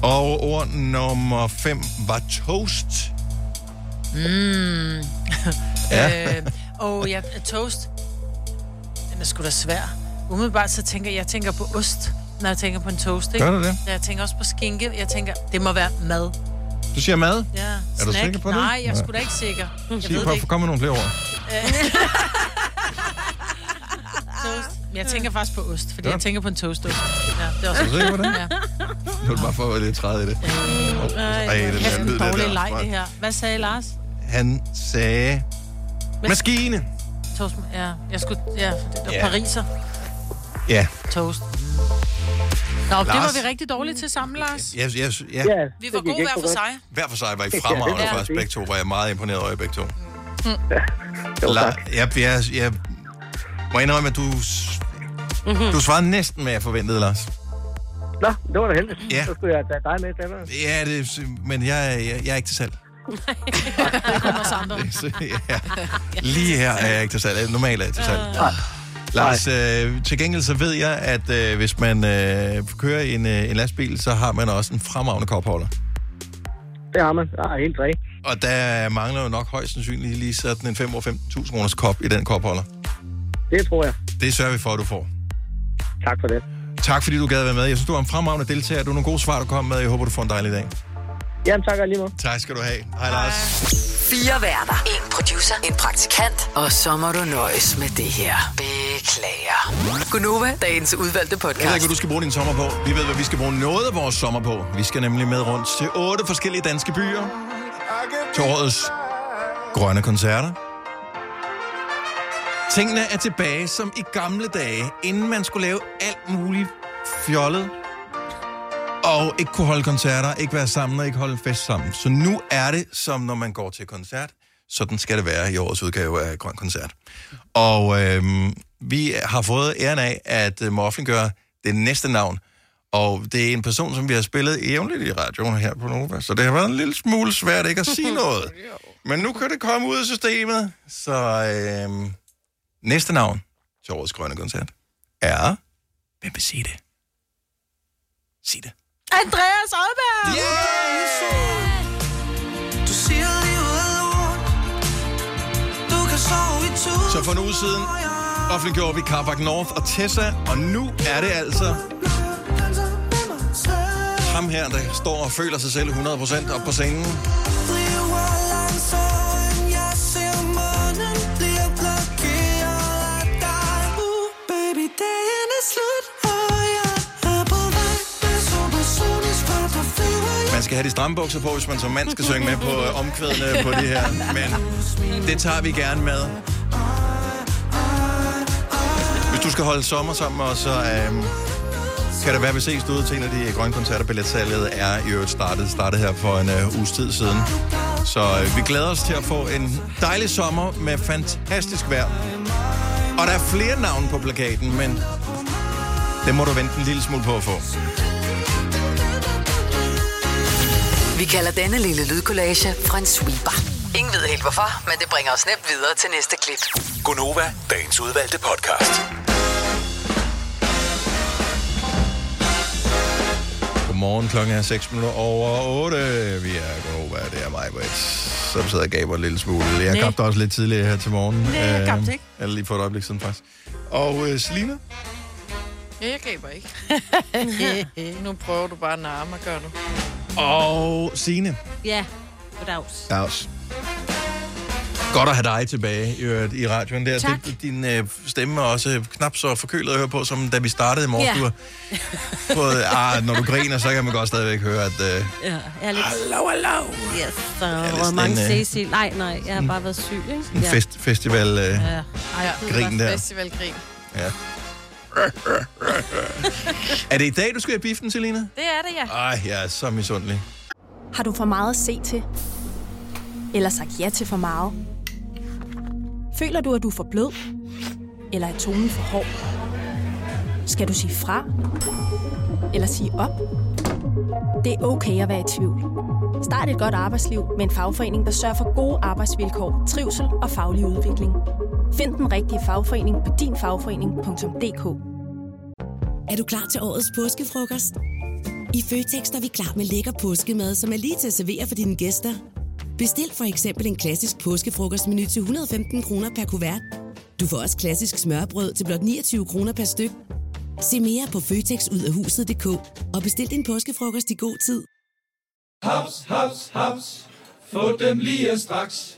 A: Og ord nummer 5 var toast.
D: Mm.
A: Ja.
D: øh, og ja, toast. Den er sgu da svær. Umiddelbart så tænker jeg, jeg tænker på ost, når jeg tænker på en toast, ikke?
A: Gør du det?
D: Ja, Jeg tænker også på skinke. Jeg tænker, det må være mad.
A: Du siger mad?
D: Ja.
A: Er du sikker på det?
D: Nej, jeg er sgu da ikke sikker. Jeg
A: Sig
D: ved
A: på,
D: det
A: at
D: ikke.
A: komme med nogle flere ord.
D: Øh. toast. Men Jeg tænker faktisk på ost, fordi
A: Ja.
D: jeg tænker på en toastost. Ja, det er også
A: Er du sikker på det?
D: Ja.
A: Nu er det bare for at være lidt træt i det.
D: Øh,
A: Ej, det er
D: Kæft,
A: den
D: en
A: lyd, det
D: dårlig
A: der.
D: leg, det her. Hvad sagde Lars?
A: Han sagde... Maskine.
D: Toast, ja, jeg skulle, ja, det der
A: Ja.
D: pariser.
A: Ja.
D: Toast. Nå, Lars. det
A: Lars.
D: var vi rigtig dårlige til sammen, Lars.
A: Ja, ja, ja.
D: Vi var gode hver for sig.
A: Hver for sig var I
D: Ja,
A: fremragende
D: det må
A: ja,
D: jeg
A: faktisk
D: sige.
A: begge to, var jeg meget imponeret over jer begge to.
D: Mm.
A: Jo, La- jeg, jeg, jeg må indrømme, at du, s- du svarede næsten, hvad jeg forventede, Lars.
P: Mhm. Nå, det var da heldigt.
A: Ja.
P: Så skulle jeg tage dig med, Stefan.
A: Ja, det, er s- men jeg, jeg, jeg er ikke til salg.
D: Det kommer os andre.
A: ja. Lige her er jeg ikke til salg. Normalt er jeg til salg.
D: Ah.
A: Lars, øh, til gengæld så ved jeg, at øh, hvis man øh, kører en, øh, en lastbil, så har man også en fremragende kopholder.
P: Det har man. Ah, helt tre.
A: Og der mangler jo nok højst sandsynligt lige sådan en 5 år 15.000 kroners kop i den kopholder.
P: Det tror jeg.
A: Det sørger vi for, at du får.
P: Tak for det.
A: Tak fordi du gad at være med. Jeg synes, du var en fremragende deltager. Du er nogle gode svar, du kom med. Jeg håber, du får en dejlig dag.
P: Jamen, tak og lige måde.
A: Tak skal du have. Hej, Lars.
F: Fire værter. En producer. En praktikant. Og så må du nøjes med det her. Beklager. Gunova, dagens udvalgte
A: Jeg ved ikke,
F: podcast.
A: hvad du skal bruge din sommer på. Vi ved, hvad vi skal bruge noget af vores sommer på. Vi skal nemlig med rundt til otte forskellige danske byer. Til årets grønne koncerter. Tingene er tilbage som i gamle dage, inden man skulle lave alt muligt fjollet. Og ikke kunne holde koncerter, ikke være sammen og ikke holde fest sammen. Så nu er det, som når man går til koncert. Sådan skal det være i årets udgave af Grøn Koncert. Og øhm, vi har fået æren af at øh, må offentliggøre det næste navn. Og det er en person, som vi har spillet jævnligt i radioen her på Nova, så det har været en lille smule svært ikke at sige noget. Men nu kan det komme ud af systemet. Så øhm, næste navn til årets grønne koncert er... Hvem vil sige det? Sig det.
D: Andreas Oddberg!
T: Du siger livet er lort. Du kan sove i tur.
A: Så for en uge siden offentliggjorde vi Carbac North og Tessa, og nu er det altså ham her, der står og føler sig selv 100% op på scenen. Man skal have de stramme bukser på, hvis man som mand skal synge med på øh, omkvædene på det her. Men det tager vi gerne med. Hvis du skal holde sommer sammen med os, så øhm, kan det være, vi ses derude til en af de grønne koncerter. Billetsalget er i øvrigt startet, startet her for en øh, uges tid siden. Så øh, vi glæder os til at få en dejlig sommer med fantastisk vejr. Og der er flere navne på plakaten, men det må du vente en lille smule på at få.
F: Vi kalder denne lille lydkollage Frans sweeper. Ingen ved helt hvorfor, men det bringer os nemt videre til næste klip.
J: Gonova, dagens udvalgte podcast.
A: Godmorgen, klokken er 6 minutter over 8. Vi er Gonova, det er mig, Britt. Så sidder jeg og gaber en lille smule. Jeg
S: Næ.
A: gabte også lidt tidligere her til morgen.
E: Næ, jeg
A: Øh,
E: gabte ikke.
A: Eller lige for et øjeblik siden, faktisk. Og øh, Selina?
E: Ja, jeg gaber ikke. nu prøver du bare at narre mig, gør du.
A: Og Signe?
C: Ja, goddags.
A: Dags. Godt at have dig tilbage i, øvrigt, i radioen der.
C: Tak.
A: Det, din øh, stemme er også knap så forkølet at høre på, som da vi startede i morgen.
C: Ja.
A: Du har fået, ah, når du griner, så kan man godt stadigvæk høre, at... Øh,
C: Ja, jeg er lidt...
A: Hallo, hallo.
C: Yes, så
A: lidt
C: hvor
A: sådan
C: mange
A: en, øh,
C: ses i... Nej, nej, jeg har bare været syg, ikke?
A: En fest, festival... Øh,
C: Ja.
E: Ej,
A: det var Grin der.
E: Festivalgrin.
A: ja. er det i dag, du skal i biffen, Selina?
U: Det er det, ja.
A: Ej, jeg er så misundelig.
U: Har du for meget at se til? Eller sagt ja til for meget? Føler du, at du er for blød? Eller er tonen for hård? Skal du sige fra? Eller sige op? Det er okay at være i tvivl. Start et godt arbejdsliv med en fagforening, der sørger for gode arbejdsvilkår, trivsel og faglig udvikling. Find den rigtige fagforening på dinfagforening.dk.
V: Er du klar til årets påskefrokost? I Føtex er vi klar med lækker påskemad, som er lige til at servere for dine gæster. Bestil for eksempel en klassisk påskefrokostmenu til 115 kroner per kuvert. Du får også klassisk smørbrød til blot 29 kroner per styk. Se mere på føtexudafhuset.dk og bestil din påskefrokost i god tid.
N: Haps, haps, haps. Få dem lige straks.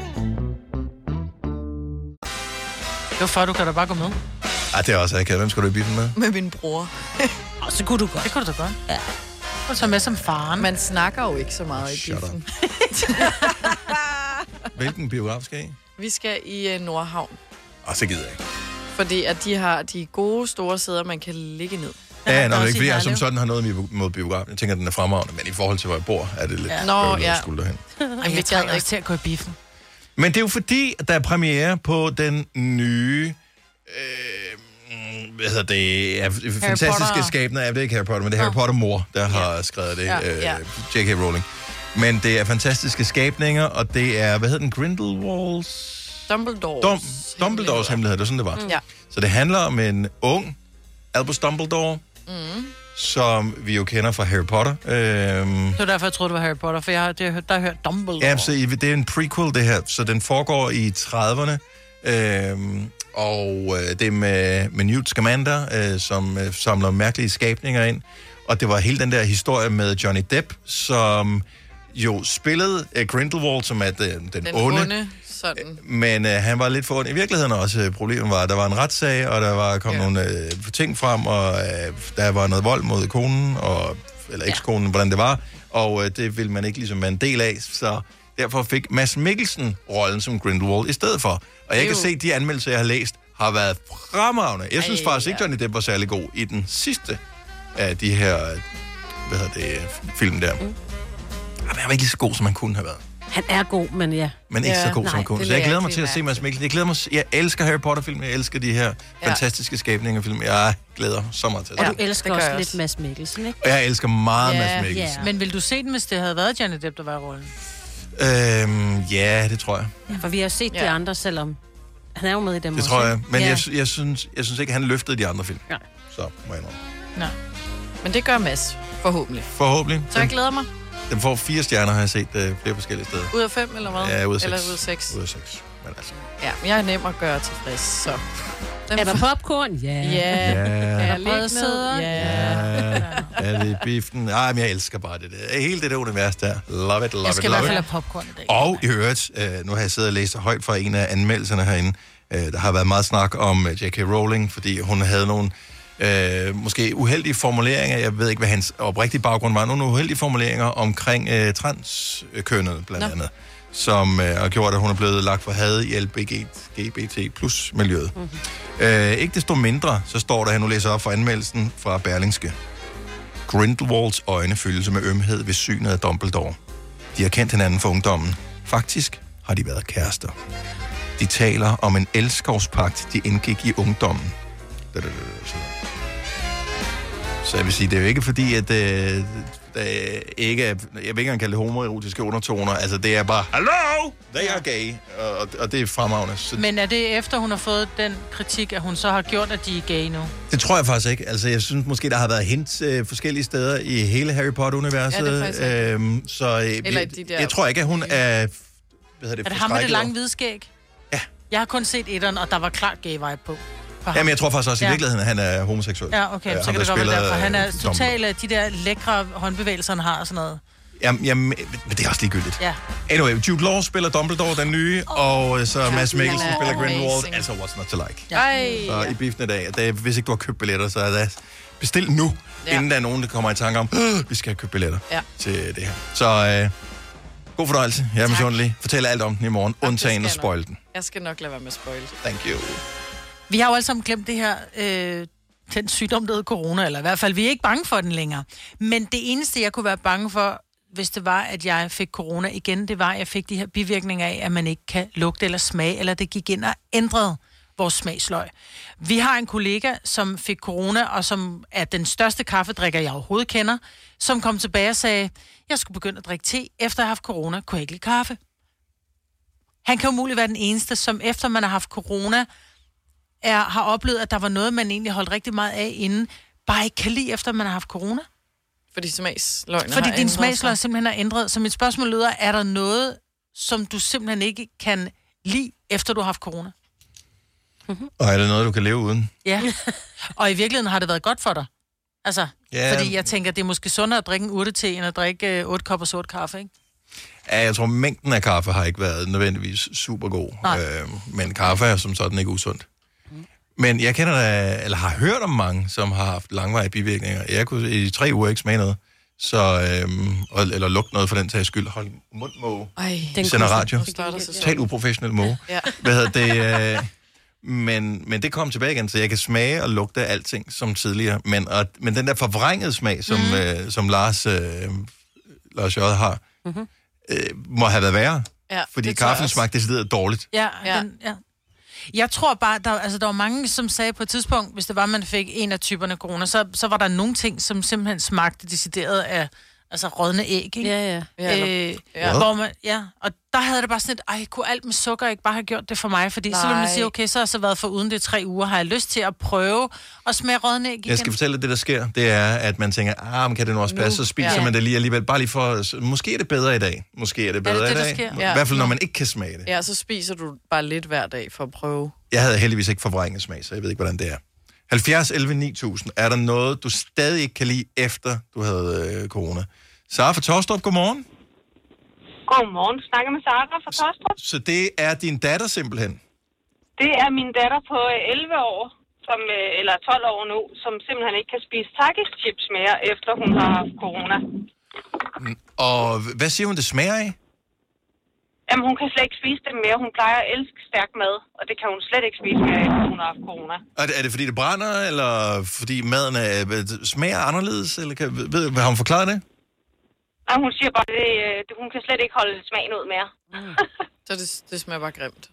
D: Hvorfor? Du kan da bare gå med.
A: Ej, det er også akavet. Hvem skal du i biffen med?
E: Med min bror.
D: Og så kunne du godt. Det kunne du da godt. Ja. Og så med som faren.
E: Man snakker jo ikke så meget i
A: Shut up.
E: biffen.
A: Hvilken biograf skal I?
E: Vi skal i uh, Nordhavn,
A: Og så gider jeg ikke.
E: fordi at de har de gode store sæder, man kan ligge ned.
A: Ja, ja nå, det er ikke, fordi jeg som sådan har noget imod- imod biografen. Jeg tænker, at den er fremragende, men i forhold til, hvor jeg bor, er det lidt
E: Ja.
A: ja.
E: Nå, ja.
A: at skulle derhen.
D: Ej, vi trænger også til at gå i biffen.
A: Men det er jo fordi, at der er premiere på den nye... Øh, mm, hvad hedder det? Ja, fantastiske
W: Potter.
A: skæbne. Ja, det er ikke Harry Potter, men det er Harry Potter mor, der har skrevet det.
W: Ja,
A: øh,
W: ja.
A: J.K. Rowling. Men det er fantastiske skabninger, og det er, hvad hedder den, Grindelwalds?
E: Dumbledore. Mm.
A: Dum, Dumbledores hemmelighed, det var sådan, det var.
W: Mm.
E: Ja.
A: Så det handler om en ung Albus Dumbledore,
D: Mm.
A: som vi jo kender fra Harry Potter. Øhm,
D: Det var derfor, jeg troede, det var Harry Potter, for jeg har, det, har jeg hørt- der har jeg hørt Dumbledore.
A: Ja, så I- det er en prequel, det her. Så den foregår i 30'erne. Øhm, og øh, det er med, med Newt Scamander, øh, som øh, samler mærkelige skabninger ind. Og det var hele den der historie med Johnny Depp, som jo spillede øh, Grindelwald, som er den, den,
E: Den
A: onde.
E: onde, sådan.
A: Men øh, han var lidt for ond. I virkeligheden også øh, problemet var, at der var en retssag, og der var kom ja. nogle øh, ting frem, og øh, der var noget vold mod konen, og, eller ekskonen, ja. hvordan det var. Og øh, det ville man ikke ligesom være en del af, så derfor fik Mads Mikkelsen rollen som Grindelwald i stedet for. Og jeg kan
E: Ew.
A: se, at de anmeldelser, jeg har læst, har været fremragende. Jeg synes
E: Ej,
A: faktisk ikke,
E: ja.
A: Johnny Depp var særlig god i den sidste af de her øh, hvad hedder det, øh, film der. Mm. Men han var ikke lige så god, som han kunne have været.
C: Han er god, men ja.
A: Men ikke
C: ja.
A: så god som kun. Så jeg glæder mig til at se Mads Mikkelsen. Jeg glæder mig... Jeg elsker Harry Potter-film. Jeg elsker de her
C: Ja.
A: fantastiske skabninger-film. Jeg glæder mig så meget til
C: Og
A: at
C: du
A: se.
C: elsker
D: det gør
C: også
D: jeg
C: lidt Mads Mikkelsen, ikke?
A: Og jeg elsker meget Mads Mikkelsen.
D: Men vil du se den, hvis det havde været Janet Depp, der var i rollen?
A: Øhm, ja, det tror jeg.
C: Ja, for vi har jo set ja. de andre, selvom han er jo med i dem
A: Det
C: også.
A: tror jeg.
C: ikke?
A: Men jeg, jeg, synes, jeg synes ikke, han løftede de andre film. Så må jeg indrømme.
E: Nå. Men det gør Mads, forhåbentlig.
A: Forhåbentlig.
E: Så jeg glæder mig.
A: Den får fire stjerner, har jeg set øh, flere forskellige steder.
E: Ud af fem, eller hvad?
A: Ja, ud af
E: Eller
A: seks.
E: ud af seks.
A: Ud af seks. Men altså.
E: Ja, men jeg er nem at gøre tilfreds, så...
C: Er der popcorn? Ja.
E: Ja.
A: Ja.
E: Er der brødsæder? Ja.
A: Ja, er det biffen? Ej, men jeg elsker bare det der. Hele det der univers der. Love it, love
D: Jeg skal i
A: it,
D: hvert
A: love
D: fald
A: it.
D: have popcorn i dag.
A: Og i øvrigt, øh, nu har jeg siddet og læst højt fra en af anmeldelserne herinde. Øh, der har været meget snak om øh, J.K. Rowling, fordi hun havde nogle øh, måske uheldige formuleringer. Jeg ved ikke, hvad hans oprigtige baggrund var. Nogle uheldige formuleringer omkring øh, transkønnet, blandt
K: Nå.
A: andet. Som øh, har gjort, at hun er blevet lagt for had i LGBT plus miljøet.
D: Mhm.
A: Mm-hmm. Øh, ikke desto mindre, så står der her, nu læser jeg op for anmeldelsen fra Berlingske. Grindelwalds øjne fyldes med ømhed ved synet af Dumbledore. De har kendt hinanden for ungdommen. Faktisk har de været kærester. De taler om en elskovspagt, de indgik i ungdommen. Da, da, da, da, sådan noget. Så jeg vil sige, det er jo ikke fordi, at øh, der ikke er, jeg vil ikke engang kalde det homoerotiske undertoner. Altså, det er bare, hallo, they are gay. Og, og det er fremragende. Så
D: Men er det efter, hun har fået den kritik, at hun så har gjort, at de er gay nu?
A: Det tror jeg faktisk ikke. Altså, jeg synes måske, der har været hint øh, forskellige steder i hele Harry Potter-universet.
D: Ja, det er faktisk
A: øhm, så øh,
D: Eller i
A: jeg,
D: de der-
A: jeg tror ikke, at hun er... Hvad hedder det?
D: Er det ham med det
A: forskrækket
D: lange hvide skæg? Ja. Jeg har kun set etteren, og der var klart gay vibe på. på
A: over-
D: ham.
A: Jamen, jeg tror faktisk også i
D: Ja.
A: virkeligheden, at han er homoseksuel.
D: Ja, okay,
A: Øh,
D: så
A: ham,
D: kan det
A: der
D: godt være
A: spiller,
D: derfor. Han er
A: øh,
D: totalt af de der lækre håndbevægelser, han har og sådan noget.
A: Dumbledore. Jamen, jamen, men det er også ligegyldigt.
D: Ja.
A: Anyway, Jude Law spiller Dumbledore, den nye, og øh, så Mads Mikkelsen
D: han er
A: spiller Grindelwald.
D: amazing.
A: Altså, what's not to like?
E: Ej.
A: Så i biffen i dag, det, hvis ikke du har købt billetter, så er det bestil nu, ja.
E: Ja.
A: inden der er nogen, der kommer i tanke om, "Øh, vi skal have købt billetter
E: Ja.
A: til det her. Så øh, god fornøjelse. Jeg er misundelig. Fortæl alt om den i morgen, undtagen at spoil den.
E: Jeg skal nok lade være med at spoil.
A: Thank you.
D: Vi har jo alle sammen glemt det her, øh, den sygdom, der hedder corona, eller i hvert fald, vi er ikke bange for den længere. Men det eneste, jeg kunne være bange for, hvis det var, at jeg fik corona igen, det var, at jeg fik de her bivirkninger af, at man ikke kan lugte eller smage, eller det gik ind og ændrede vores smagsløg. Vi har en kollega, som fik corona, og som er den største kaffedrikker, jeg overhovedet kender, som kom tilbage og sagde, jeg skulle begynde at drikke te. Efter at have haft corona, kunne jeg ikke lide kaffe. Han kan umuligt være den eneste, som efter man har haft corona, er, har oplevet, at der var noget, man egentlig holdt rigtig meget af inden, bare ikke kan lide, efter man har haft corona.
E: Fordi smagsløgene
D: Fordi
E: har
D: din
E: ændret
D: smagsløg
E: sig.
D: simpelthen er ændret. Så mit spørgsmål lyder, er der noget, som du simpelthen ikke kan lide, efter du har haft corona?
A: Og er det noget, du kan leve uden?
D: Ja. Og i virkeligheden har det været godt for dig. Altså,
A: Ja.
D: yeah. fordi jeg tænker, det er måske sundere at drikke en urte te, end at drikke øh, otte kopper sort kaffe, ikke?
A: Ja, jeg tror, mængden af kaffe har ikke været nødvendigvis super god.
D: Nej.
A: Øh, men kaffe er som sådan ikke usundt. Men jeg kender da, eller har hørt om mange, som har haft langvarige bivirkninger. Jeg kunne i tre uger ikke smage noget. Så, øhm, og- eller lugte noget for den tages skyld. Hold mundmåge.
E: Ej,
A: Den sender radio.
E: starter så sjovt.
A: Totalt uprofessionel måge.
E: Ja.
A: Hvad hedder det? Øh, men, men det kom tilbage igen, så jeg kan smage og lugte af alting som tidligere. Men, og, men den der forvrængede smag, som, mm. øh, som Lars, øh, Lars J. har,
D: Mhm.
A: mm-hmm. øh, må have været værre.
D: Ja,
A: fordi
D: det tror jeg
A: kaffen
D: også.
A: smagte decideret dårligt.
D: Ja, ja. Den, ja. Jeg tror bare, der, altså, der var mange, som sagde på et tidspunkt, hvis det var, man fik en af typerne corona, så, så var der nogle ting, som simpelthen smagte decideret af altså, rådne æg, ikke?
C: Ja, ja.
E: Ja,
D: Øh,
E: eller-
D: ja.
E: ja.
D: Hvor man, ja. Og der havde det bare sådan et, ej, kunne alt med sukker ikke bare have gjort det for mig? Fordi så ville man
E: Nej.
D: sige, okay, så har jeg så været for uden det i tre uger, har jeg lyst til at prøve at smage rådne æg igen?
A: Jeg skal fortælle dig, det der sker, det er, at man tænker, ah, men kan det nu også
D: Nu.
A: passe, så spiser
D: Ja.
A: ja. man det lige alligevel, bare lige for, så måske er det bedre i dag, måske er det bedre
E: det
A: i
E: det, der
A: dag,
E: sker?
A: i
E: Ja.
A: hvert fald når man ikke kan smage det.
E: Ja, så spiser du bare lidt hver dag for at prøve.
A: Jeg havde heldigvis ikke forvrænget smag, så jeg ved ikke, hvordan det er. 70, 11, 9000. Er der noget, du stadig ikke kan lide, efter du havde øh, corona? Sara fra Torstrup, godmorgen.
L: Godmorgen, Du snakker med Sara fra Tostrup.
A: Så det er din datter simpelthen.
L: Det er min datter på øh, 11 år, som, øh, eller 12 år nu, som simpelthen ikke kan spise takis chips mere, efter hun har haft corona.
A: Og h- hvad siger hun, det smager af?
L: Jamen, hun kan slet ikke spise dem mere. Hun plejer at elske stærk mad, og det kan hun slet ikke spise mere, efter hun har haft corona.
A: Er det, er det fordi, det brænder, øh, eller fordi maden er, smager anderledes? Eller kan, ved, har hun forklaret det?
L: Og hun siger bare, det, øh, det, hun kan slet ikke holde smagen ud mere.
E: Så det, det smager bare grimt.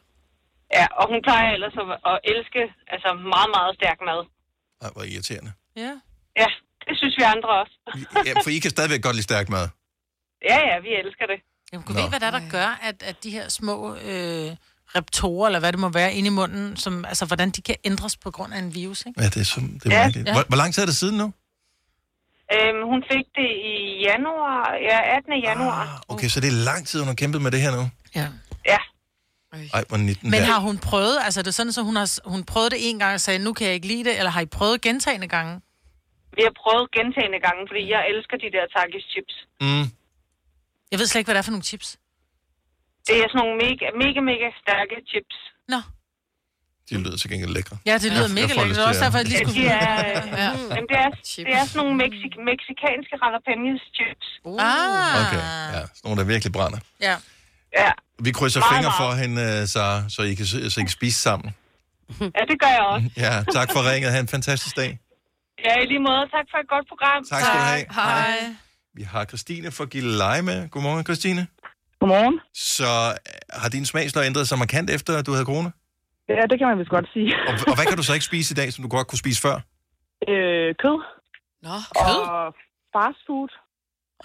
L: Ja, og hun plejer ellers at, at elske altså meget, meget stærk mad.
A: Ej, hvor irriterende.
D: Ja.
L: Ja, det synes vi andre også.
A: Ja, for I kan stadigvæk godt lide stærk mad.
L: ja, ja, vi elsker det.
D: Jamen, kunne
A: Nå.
D: vi ikke, hvad der, er, der gør, at, at de her små øh, reptorer, eller hvad det må være, inde i munden, som, altså, hvordan de kan ændres på grund af en virus, ikke?
A: Ja, det er, så, det er
D: Ja.
A: ja.
D: Ja.
A: Hvor, hvor lang tid er det siden nu?
L: Øhm, hun fik det i januar, ja, 18. januar.
D: Ah,
A: Okay, så det er lang tid, hun har kæmpet med det her nu.
D: Ja.
L: Ja.
A: Ej, hvor 19
D: Men
A: der.
D: har hun prøvet, altså er det sådan, så hun har hun prøvet det en gang og sagde, nu kan jeg ikke lide det, eller har I prøvet gentagende gange?
L: Vi har prøvet gentagende gange, fordi jeg elsker de der Takis chips.
A: Mm.
D: Jeg ved slet ikke, hvad det er for nogle chips.
L: Det er sådan nogle mega, mega, mega stærke chips.
D: Nå.
A: De lyder til gengæld lækre.
D: Ja, det lyder mega lækkert. Det er også derfor, jeg lige skulle...
L: Ja, de er, øh, ja. Jamen, det, er, det er sådan nogle meksik- meksikanske jalapenos chips.
D: Ah.
L: mm,
A: Okay, ja. Sådan nogle, der virkelig brænder.
D: Ja.
L: Ja.
A: Vi krydser
L: Meget,
A: fingre for
L: meget.
A: hende, øh, Sara, så I kan, så I kan spise sammen.
L: ja, det gør jeg også.
A: Ja, tak for ringet. Ha' en fantastisk dag.
L: Ja, i lige måde. Tak for et godt program.
A: Tak skal du have.
L: Hej.
A: Vi har Christine fra Gilleleje med. Godmorgen, Christine.
K: Godmorgen.
A: Så øh, har din smagsløg ændret sig markant efter, at du havde corona?
K: Ja, det kan man vist godt sige.
A: Og, og hvad kan du så ikke spise i dag, som du godt kunne spise før?
K: Øh, kød.
E: Nå,
K: kød? Og fast food.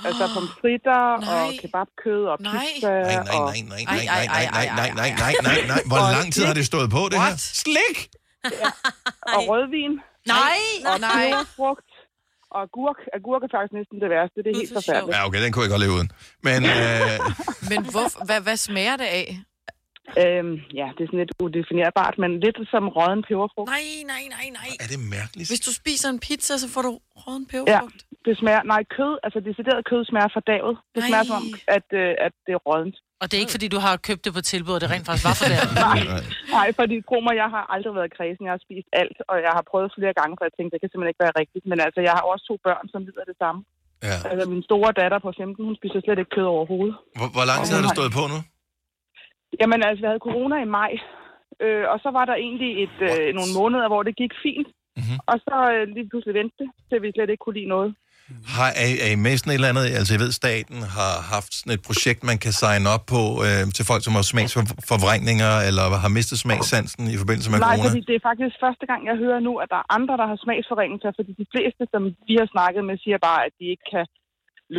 K: Altså pomfritter og kebabkød og pizza. Nej, nej, nej,
A: nej, nej, nej, nej, nej, nej, nej, nej, nej, nej. Hvor
K: Og
A: lang tid har det stået på, det her? Slik!
K: Ja. Og rødvin.
D: Nej,
K: Og
D: nej.
K: frugt. Og gurk. Agurk er faktisk næsten det værste. Det er helt forfærdeligt.
A: Ja, okay, den kunne jeg godt leve uden. Men øh,
E: Men hvor, hvad, hvad smager det af?
K: Øhm, ja, det er sådan lidt udefinerbart, men lidt som rådden peberfrugt.
E: Nej, nej, nej, nej.
A: Er det mærkeligt?
E: Hvis du spiser en pizza, så får du råden
K: Ja,
E: peberfrugt.
K: det smager, nej, kød, altså decideret kød smager fordavet. Det
D: Nej.
K: smager som om, at, øh, at det er rådent.
D: Og det er ikke, fordi du har købt det på tilbud, og det rent faktisk var for det.
K: Nej, fordi tro mig, jeg har aldrig været kredsen. Jeg har spist alt, og jeg har prøvet flere gange, for jeg tænkte, det kan simpelthen ikke være rigtigt. Men altså, jeg har også to børn, som lider af det samme.
A: Ja.
K: Altså, min store datter på 15, hun spiser slet ikke kød overhovedet.
A: hvor, hvor lang tid har det stået på nu?
K: Jamen altså, vi havde corona i maj, øh, og så var der egentlig et, øh, nogle måneder, hvor det gik fint. Mm-hmm. Og så øh, lige pludselig vendte det, til vi slet ikke kunne lide noget.
A: Har, er, I- er I med sådan et eller andet? Altså, jeg ved, staten har haft sådan et projekt, man kan signe op på øh, til folk, som har smagsforvrængninger, eller har mistet smagssansen i forbindelse med
K: Nej,
A: corona.
K: fordi det er faktisk første gang, jeg hører nu, at der er andre, der har smagsforringelser, fordi de fleste, som vi har snakket med, siger bare, at de ikke kan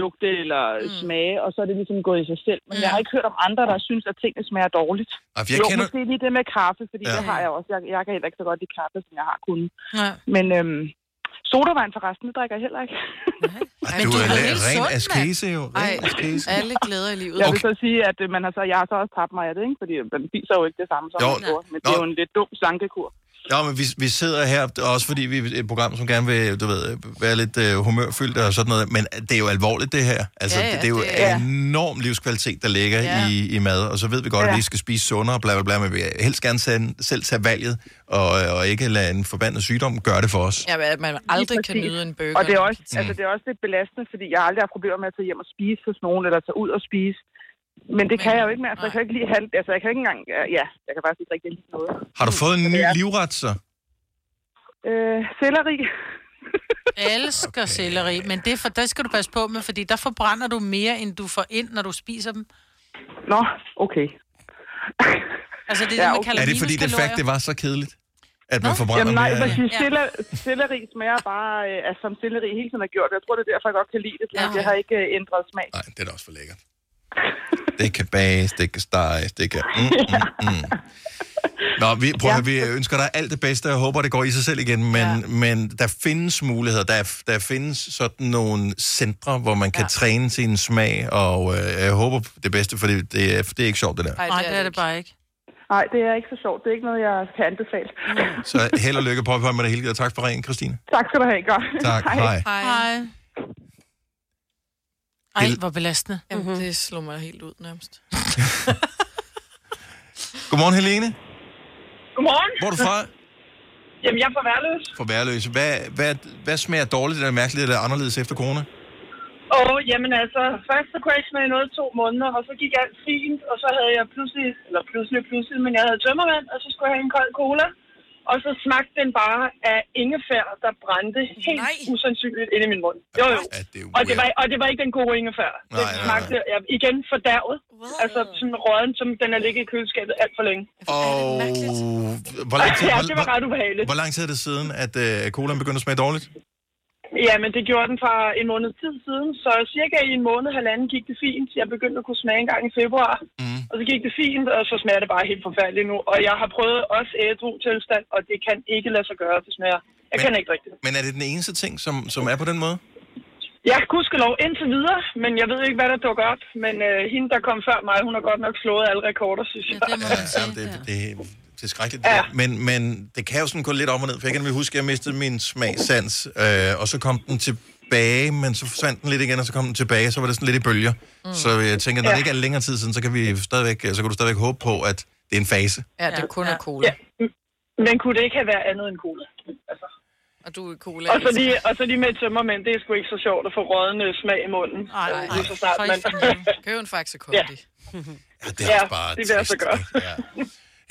K: lugte eller mm. smage, og så er det ligesom gået i sig selv. Men mm. jeg har ikke hørt om andre, der synes, at tingene smager dårligt.
A: Ej, for jeg
K: jo,
A: kender-
K: måske lige det med kaffe, fordi
A: Ja.
K: ja. det har jeg også. Jeg, jeg kan heller ikke så godt lide kaffe, som jeg har kunnet.
D: Nej.
K: Men øhm, sodavand forresten, det drikker jeg heller ikke.
A: Ej, du, er la- ren askese jo. Ren
K: Ej,
A: askese.
K: alle
E: glæder i livet.
K: Jeg vil så sige, at øh, man har så, jeg har så også tabt mig af det, ikke? fordi øh, man spiser jo ikke det samme som
A: Jo,
K: man gjorde. Men
A: nå.
K: det er jo en lidt dum slankekur.
A: Ja, men vi, vi sidder her, også fordi vi er et program, som gerne vil du ved, være lidt øh, humørfyldt og sådan noget, men det er jo alvorligt, det her. Altså,
K: Ja,
A: ja,
K: ja,
A: ja, det er jo
K: det er-
A: det... enorm livskvalitet, der ligger
K: Ja.
A: ja. i, i mad, og så ved vi godt, ja.
K: Ja.
A: at vi skal spise sundere, bla bla bla, men vi vil helst gerne sende, selv tage valget, og, øh, og ikke lade en forbandet sygdom gøre det for os.
E: Ja, men at man aldrig kan
K: Præcis.
E: nyde en burger.
K: Og det er, også,
A: Mm.
K: altså, det er også lidt belastende, fordi jeg aldrig har problemer med at tage hjem og spise hos nogen, eller tage ud og spise. Men det kan jeg jo ikke mere. Altså, jeg kan jo ikke lige have, altså, jeg kan ikke engang, ja, jeg kan faktisk ikke rigtig lide noget.
A: Har du fået en ny livret, så?
K: Øh, selleri.
D: Elsker okay. selleri, men det, er for, det skal du passe på med, fordi der forbrænder du mere, end du får ind, når du spiser dem.
K: Nå, okay.
D: Altså, det er
K: Ja,
D: det, man
K: okay.
D: kalder
A: Er det fordi, det
D: minuskalorier.
A: fakt, det var så kedeligt, at man forbrænder
K: Jamen nej,
A: mere?
K: præcis. Selleri, selleri smager bare, øh, altså, som selleri hele tiden har gjort. Jeg tror, det er derfor, jeg godt kan lide det, fordi
A: Ja.
K: det har ikke øh, ændret smag.
A: Nej, det er da også for lækkert. Det kan bages, det kan steges, det kan... Mm, mm, mm. Nå, vi, prøv, ja. vi ønsker dig alt det bedste, og håber, det går i sig selv igen, men, ja. men der findes muligheder, der, er- der findes sådan nogle centre, hvor man kan ja. træne sin smag, og øh, jeg håber det bedste, for det, det, er, det er ikke sjovt, det der.
D: Nej, det er det bare ikke.
K: Nej, det er ikke så sjovt. Det er ikke noget, jeg kan anbefale.
A: Så held og lykke på med det hele, og tak for ringen, Christine.
K: Tak skal du have. Godt.
A: Tak, hej.
D: Hej. Ej, hvor belastende.
E: Jamen, det slog mig helt ud nærmest.
A: Godmorgen, Helene.
M: Godmorgen.
A: Hvor er du fra?
M: Jamen, jeg er fra Værløs.
A: For værløse. Hvad, hvad, hvad smager dårligt, eller mærkeligt, eller anderledes efter corona?
M: Og jamen altså, først så kunne jeg ikke smage noget i to måneder, og så gik alt fint, og så havde jeg pludselig, eller pludselig, pludselig, men jeg havde tømmermand, og så skulle jeg have en kold cola. Og så smagte den bare af ingefær, der brændte helt Nej. usandsynligt inde i min mund. Jo, jo. og, det var, og det var ikke den gode ingefær. Den
A: Nej, nej, nej.
M: smagte ja, igen fordærvet. Altså sådan råden, som den har ligget i køleskabet alt for længe.
A: Og Oh, hvor lang tid,
M: Ja,
A: hvor-
M: det var ret
A: hvor,
M: ubehageligt.
A: hvor lang tid er det siden, at øh, colaen begyndte at smage dårligt?
M: Ja, men det gjorde den fra en måned tid siden, så cirka i en måned, halvanden gik det fint. Jeg begyndte at kunne smage en gang i februar, mm. og så gik det fint, og så smager det bare helt forfærdeligt nu. Og jeg har prøvet også ædru tilstand, og det kan ikke lade sig gøre, det smager. Jeg
A: Men-
M: kan ikke rigtigt.
A: Men er det den eneste ting, som, som er på den måde?
M: Jeg kan huske lov indtil videre, men jeg ved ikke, hvad der dukker op. Men øh, hende, der kom før mig, hun har godt nok slået alle rekorder, synes jeg. Ja,
A: Ja, jamen, det, det, det er skrækkeligt. Ja. Men, men det kan jo sådan gå lidt op og ned, for jeg kan nemlig huske, at jeg mistede min smagsans, øh, og så kom den tilbage, men så forsvandt den lidt igen, og så kom den tilbage, så var det sådan lidt i bølger. Mm. Så jeg tænker, når ja.
M: Ja.
A: det ikke er længere tid siden, så kan, vi stadigvæk, så kan du stadigvæk håbe på, at det er en fase.
E: Ja, det kun er cola. Ja.
M: Men kunne det ikke have været andet end cola? Altså.
E: Og du er cola.
M: Og så, lige, og så lige med et tømmermænd, det er sgu ikke så sjovt at få rådende smag i munden. Nej, nej. Så snart,
E: For i
M: man...
E: Køb en Faxe Kondi.
A: Ja, det er også bare
M: det vil jeg så gøre.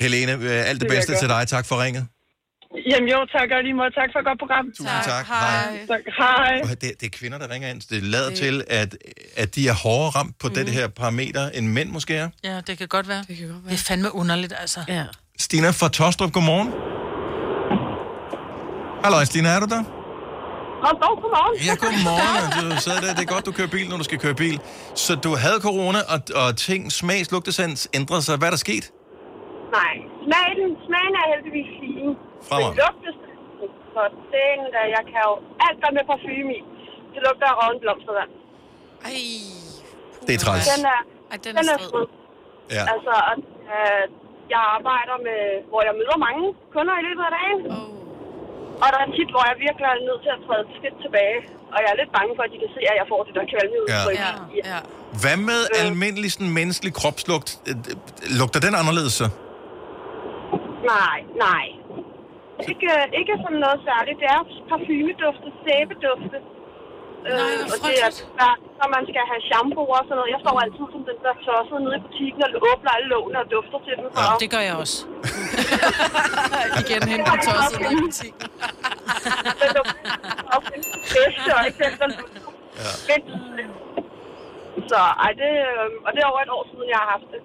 A: Helene, øh, alt det,
M: Det vil jeg
A: bedste til dig. Tak for ringet.
M: Jamen jo, tak og i lige måde. Tak for et godt program.
A: Tusind Tak. tak. Hej.
M: Tak. Hej.
A: Og Det, det er kvinder, der ringer ind. så Det lader til, at, at de er hårdere ramt på mm. den her parameter, end mænd måske er.
D: Ja, det kan godt være. Det, kan godt være. det er fandme underligt, altså.
C: Ja.
A: Stina fra Tostrup, godmorgen. Hallo, Stina, er du der?
B: Og dog, godmorgen.
A: Ja, godmorgen. Du sad der. Det er godt, du kører bil, når du skal køre bil. Så du havde corona, og, og ting, smags, lugtesans ændrede sig. Hvad er der sket?
B: Nej, smagen, smagen er heldigvis fin.
A: Fremragende.
B: Det lugtes for den, der jeg kan jo alt der med parfume i. Det lugter af råden blomstervand. Ej,
A: Det er træls.
B: Den er, Ej, den er, den er fed.
A: Ja.
B: Altså, og, øh, jeg arbejder med, hvor jeg møder mange kunder i løbet af dagen. Oh. Og der er tit, hvor jeg virkelig er nødt til at træde et skridt tilbage. Og jeg er lidt bange for, at de kan se, at jeg får det der kvalme
A: Ja.
B: Ja. ja.
A: Hvad med almindelig sådan, menneskelig kropslugt? Øh, øh, Lugter den anderledes så?
B: Nej, nej. Ikke, ikke som noget særligt. Det er parfumedufte, sæbedufte. Nej, øh, og det er svært, når man skal have shampoo og sådan noget. Jeg står altid som den der tossede nede i butikken og åbner alle lågene og dufter til dem. Ja,
D: Det gør jeg også.
B: igen hende den tossede nede i butikken. den dufter også den bedste, og ikke den, der dufter bedst. Så ej, det, øh, og det er over et år siden, jeg har haft det.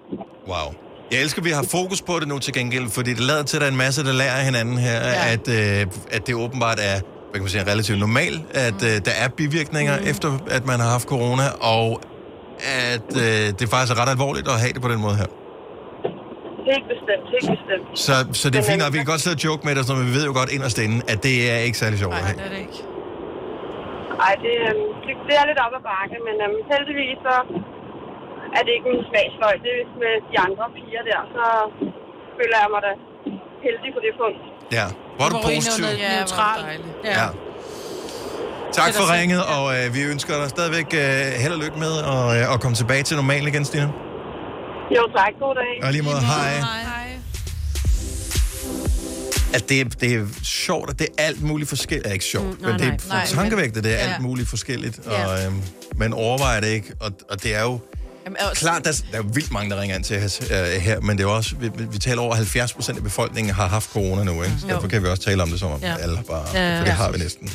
A: Wow. Jeg elsker, at vi har fokus på det nu til gengæld, fordi det lader til, at der er en masse, der lærer af hinanden her, ja. at, øh, at det åbenbart er hvad kan man sige, relativt normalt, at øh, der er bivirkninger mm. efter, at man har haft corona, og at øh, det faktisk er ret alvorligt at have det på den måde her.
B: Helt bestemt, helt bestemt.
A: Så, så det er fint, og vi kan godt sidde og joke med det, og sådan noget, men vi ved jo godt inderst inde, at det er ikke særlig sjovt at have.
B: det er det ikke. Ej, det, øhm, det, det er lidt op ad bakke, men øhm, heldigvis så er det ikke min smagsfløj. Det er med de andre piger der, så føler jeg mig da heldig på det punkt.
A: Ja, hvor er du
B: Hvor er
A: positiv.
B: noget
E: Ja, hvor er det
B: neutral.
E: dejligt.
A: Ja. Tak for ringet, og øh, vi ønsker dig stadigvæk øh, held og lykke med og, øh, at komme tilbage til normal igen, Stine.
B: Jo tak, god dag.
A: Og lige måde, hej. At det, er- det er sjovt, at det er alt muligt forskelligt. Er ikke sjovt, mm,
B: nej,
A: men det er
B: nej. Nej, men-
A: tankevægtet, det er
B: Ja.
A: alt muligt forskelligt.
B: Ja.
A: Og øhm, man overvejer det ikke, og, og det er jo...
E: Jamen,
A: Også... Klart, der, er- der er vildt mange, der ringer ind til os øh, her, men det er jo også, vi, vi- vi taler over 70 procent af befolkningen har haft corona nu,
B: Mm.
A: ikke? Så
E: Jo.
A: derfor kan vi også tale om det som om
E: Ja.
A: ja. alle har bare,
E: Ja,
A: ja. for det
E: ja.
A: har vi næsten.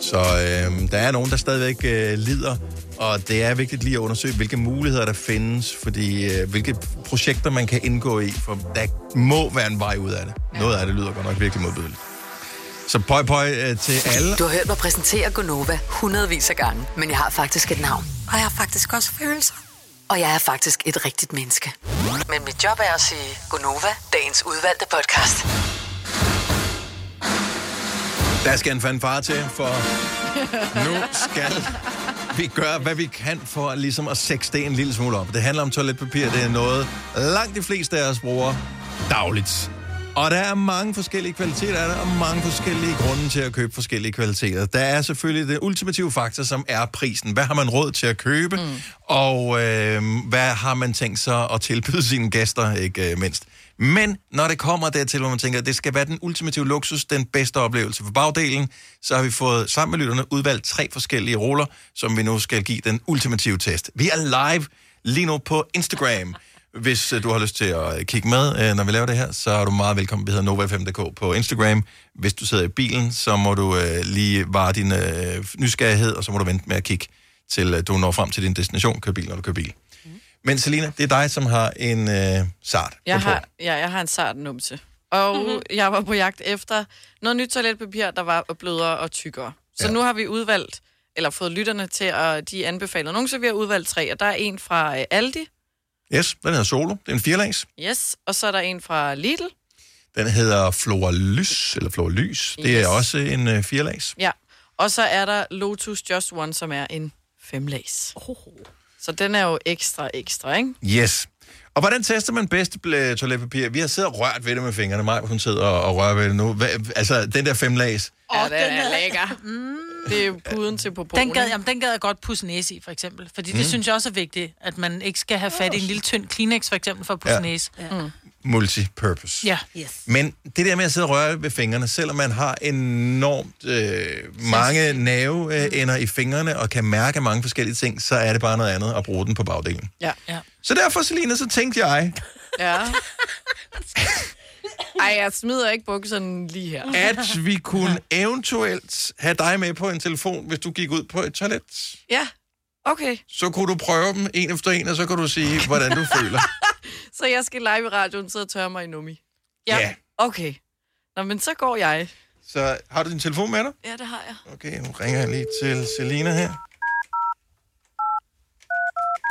A: Så øh, der er nogen, der stadigvæk øh, lider, og det er vigtigt lige at undersøge, hvilke muligheder der findes, fordi øh, hvilke projekter man kan indgå i, for der må være en vej ud af det. Ja. Noget af det lyder godt nok virkelig modbydeligt. Så pøj pøj øh, til alle.
F: Du har hørt mig præsentere Gonova hundredvis af gange, men jeg har faktisk et navn.
T: Og jeg har faktisk også følelser.
F: Og jeg er faktisk et rigtigt menneske. Men mit job er at sige Gonova, dagens udvalgte podcast.
A: Der skal en fanfare til, for nu skal vi gøre, hvad vi kan for ligesom at sække det en lille smule op. Det handler om toiletpapir. Det er noget, langt de fleste af os bruger dagligt. Og der er mange forskellige kvaliteter af det, og mange forskellige grunde til at købe forskellige kvaliteter. Der er selvfølgelig det ultimative faktor, som er prisen. Hvad har man råd til at købe, mm. og øh, hvad har man tænkt sig at tilbyde sine gæster, ikke øh, mindst. Men når det kommer dertil, hvor man tænker, at det skal være den ultimative luksus, den bedste oplevelse for bagdelen, så har vi fået sammen med lytterne udvalgt tre forskellige roller, som vi nu skal give den ultimative test. Vi er live lige nu på Instagram, Hvis øh, du har lyst til at øh, kigge med, øh, når vi laver det her, så er du meget velkommen. Vi hedder Nova5.dk på Instagram. Hvis du sidder i bilen, så må du øh, lige vare din øh, nysgerrighed, og så må du vente med at kigge, til øh, du når frem til din destination. Kør bil, når du kører bil. Mm. Men Selina, det er dig, som har en øh, sart.
E: Jeg har, ja, jeg har en sart numse. Og mm-hmm. jeg var på jagt efter noget nyt toiletpapir, der var blødere og tykkere. Så ja. nu har vi udvalgt, eller fået lytterne til at de anbefaler nogle, så vi har udvalgt tre. Og der er en fra øh, Aldi,
A: Yes, den hedder Solo. Det er en firelags.
E: yes, og så er der en fra Lidl.
A: Den hedder Flora Lys, eller Flora Lys. Det
E: Yes.
A: er også en øh, firelags.
E: Ja, og så er der Lotus Just One, som er en femlags. Oh. Så den er jo ekstra, ekstra, ikke?
A: Yes. Og hvordan tester man bedst bl- toiletpapir? Vi har siddet og rørt ved det med fingrene. Maj, hun sidder og, og rører ved det nu. Hva, altså, den der femlags.
E: Åh, oh, ja, den, er lækker.
D: Mm.
E: Det er jo puden til på
D: Den gad, jamen, den gad jeg godt pusse næse i, for eksempel. Fordi det
A: Mm.
D: mm. synes jeg også er vigtigt, at man ikke skal have fat i en lille tynd Kleenex, for eksempel, for at pusse
A: Ja.
D: ja. næse. Ja. Mm.
A: Multipurpose.
D: ja. Yes.
A: Men det der med at sidde og røre ved fingrene, selvom man har enormt øh, mange nerveender
E: Mm.
A: i fingrene og kan mærke mange forskellige ting, så er det bare noget andet at bruge den på bagdelen.
E: Ja. ja.
A: Så derfor, Selina, så tænkte jeg,
E: ja. Ej, jeg smider ikke bukserne lige her.
A: at vi kunne eventuelt have dig med på en telefon, hvis du gik ud på et toilet.
E: Ja, okay.
A: Så kunne du prøve dem en efter en, og så kunne du sige, hvordan du føler.
E: Så jeg skal live i radioen sidde og tørre mig i nummi.
A: Ja.
E: Okay. Nå, men så går jeg.
A: Så har du din telefon med dig?
E: Ja, det har jeg.
A: Okay, nu ringer jeg lige til Selina her.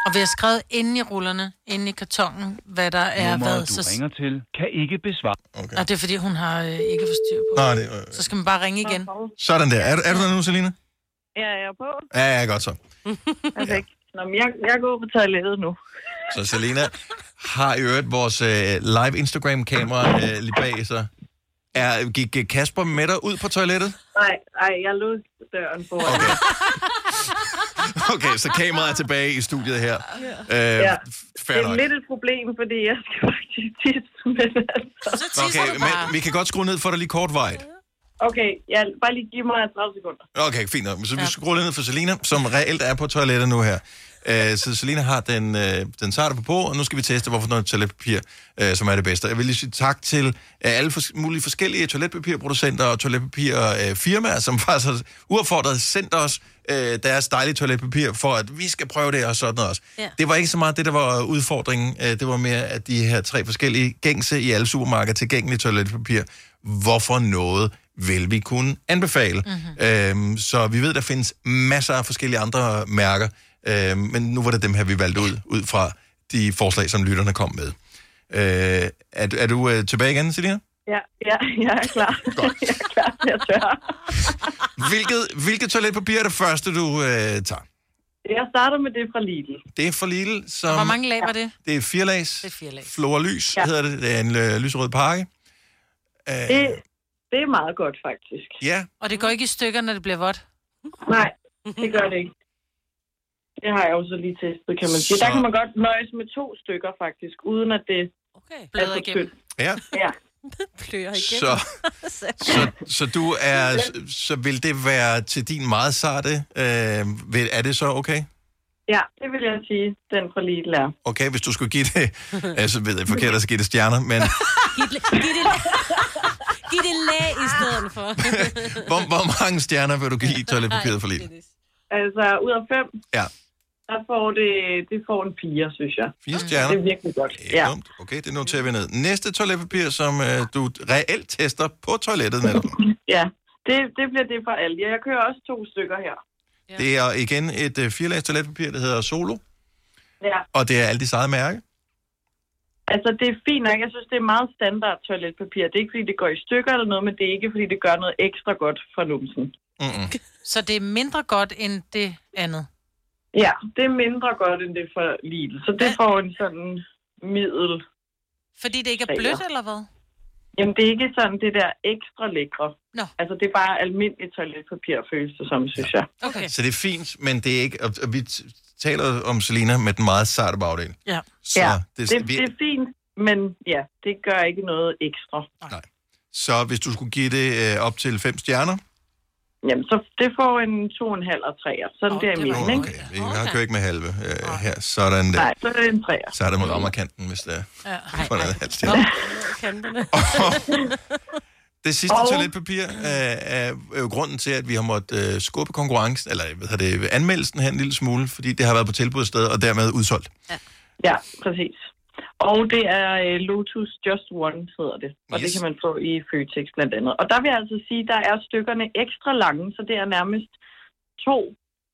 D: Og vi har skrevet inde i rullerne, inde i kartongen, hvad der er hvad. Så...
I: til, kan ikke besvare.
D: Okay. Nå, det er fordi, hun har øh, ikke forstyr på.
A: Nå, det, øh,
D: Så skal man bare ringe igen.
A: sådan der. Er, du- er du der nu, Selina?
H: Ja, jeg er på.
A: Ja, ja, godt så.
H: Perfekt. Nå, men jeg, jeg går på toilettet nu.
A: Så Selina har i øvrigt vores øh, live Instagram-kamera øh, lige bag sig. Er, gik øh, Kasper med dig ud på toilettet?
H: Nej, nej, jeg låste døren på.
A: Okay. Okay, så kameraet er tilbage i studiet her. Øh,
H: ja. Det
A: fair
H: er
A: nok.
H: lidt et problem, fordi jeg skal faktisk tisse. Men altså.
A: Okay, men vi kan godt skrue ned for dig lige kortvarigt.
H: Okay, ja, bare lige giv mig 30 sekunder.
A: Okay, fint nok. Så vi skruer lidt ned for Selina, som reelt er på toilettet nu her. Øh, Så Selina har den, øh, den sarte på på, og nu skal vi teste, hvorfor noget toiletpapir, øh, som er det bedste. Jeg vil lige sige tak til øh, alle fors- mulige forskellige toiletpapirproducenter og toiletpapirfirmaer, som faktisk har uaffordret sendt os øh, deres dejlige toiletpapir, for at vi skal prøve det og sådan noget også.
S: Ja.
A: Det var ikke så meget det, der var udfordringen. Øh, Det var mere, at de her tre forskellige gængse i alle supermarkeder tilgængelige toiletpapir, hvorfor noget vil vi kunne anbefale.
H: Mhm.
A: Mm-hmm. Øhm, så vi ved, der findes masser af forskellige andre mærker, øhm, men nu var det dem her, vi valgte ud, ud fra de forslag, som lytterne kom med. Øh, er, du- er du øh, tilbage igen, Selina?
H: Ja, ja, jeg er klar. jeg er klar til at tørre.
A: Hvilket, hvilket toiletpapir er det første, du øh, tager?
H: Jeg starter med det fra Lidl.
A: Det er fra Lidl, som...
H: Hvor mange lag var det?
A: Det er fire lags.
H: Det er fire lag.
A: Flora Lys ja. hedder det. Det er en øh, lyserød pakke. Øh,
H: Det, det er meget godt, faktisk.
A: Ja,
D: Og det går ikke i stykker, når det bliver vådt.
H: Nej, det gør det ikke. Det har jeg jo så lige testet, kan man sige.
A: Så-
H: Der kan man godt nøjes med to stykker, faktisk, uden at det okay. er
D: Bløder
H: for
D: igennem.
H: skønt.
A: ja.
H: Ja.
C: Plører
A: Så- Så, så du er, så- så vil det være til din meget sarte, øh, vil- er det så okay?
H: ja, det vil jeg sige, den fra Lidl er.
A: Okay, hvis du skulle give det, altså ved jeg forkert, at skal give det stjerner, men
C: Giv det, giv det, giv det lag i stedet for.
A: hvor, hvor mange stjerner vil du give toiletpapiret for lidt?
H: Altså, ud af fem,
A: Ja,
H: der får det, det får en fire, synes jeg.
A: fire stjerner.
H: Det er virkelig godt.
A: Ja. Dumt. Okay, det noterer vi ned. Næste toiletpapir, som øh, du reelt tester på toilettet netop.
H: Ja, det, det bliver det fra Aldi. Jeg kører også to stykker her.
A: Det er igen et øh, firelags toiletpapir, der hedder Solo,
H: Ja.
A: og det er alt i eget mærke.
H: Altså, det er fint nok. Jeg synes, det er meget standard toiletpapir. Det er ikke, fordi det går i stykker eller noget, men det er ikke, fordi det gør noget ekstra godt for numsen.
A: Mm-mm.
D: Så det er mindre godt end det andet.
H: Ja, det er mindre godt, end det for Lidl. Så det får en sådan middel.
D: Fordi det ikke er blødt, eller hvad?
H: Jamen, det er ikke sådan det der ekstra lækre.
D: Nå.
H: Altså, det er bare almindeligt toiletpapir, føles det som, synes jeg.
D: Okay.
A: Så det er fint, men det er ikke... Og, og vi t- taler om Selina med den meget sarte bagdel.
H: Ja,
A: Så
H: ja det,
A: det-
H: det,
A: vi-
H: det er fint, men ja, det gør ikke noget ekstra.
A: Så hvis du skulle give det øh, op til fem stjerner,
H: Jamen, så det får en 2,5 og 3. Sådan okay. der i midten, ikke?
A: Okay, vi har kører ikke med halve øh, her. Sådan der.
H: Nej, så er det en Mm. 3.
A: Så er det mod rammerkanten, hvis det er.
H: Ja.
A: For noget halvstil. Det sidste
H: Og-
A: toiletpapir øh, er jo grunden til, at vi har måttet øh, skubbe konkurrencen, eller hvad hedder det, anmeldelsen her en lille smule, fordi det har været på tilbud et sted, og dermed udsolgt.
H: Ja, præcis. Og det er øh, Lotus Just One, hedder det. Og yes. det
A: Yes.
H: kan man få i Føtex blandt andet. Og der vil jeg altså sige, der er stykkerne ekstra lange, så det er nærmest to.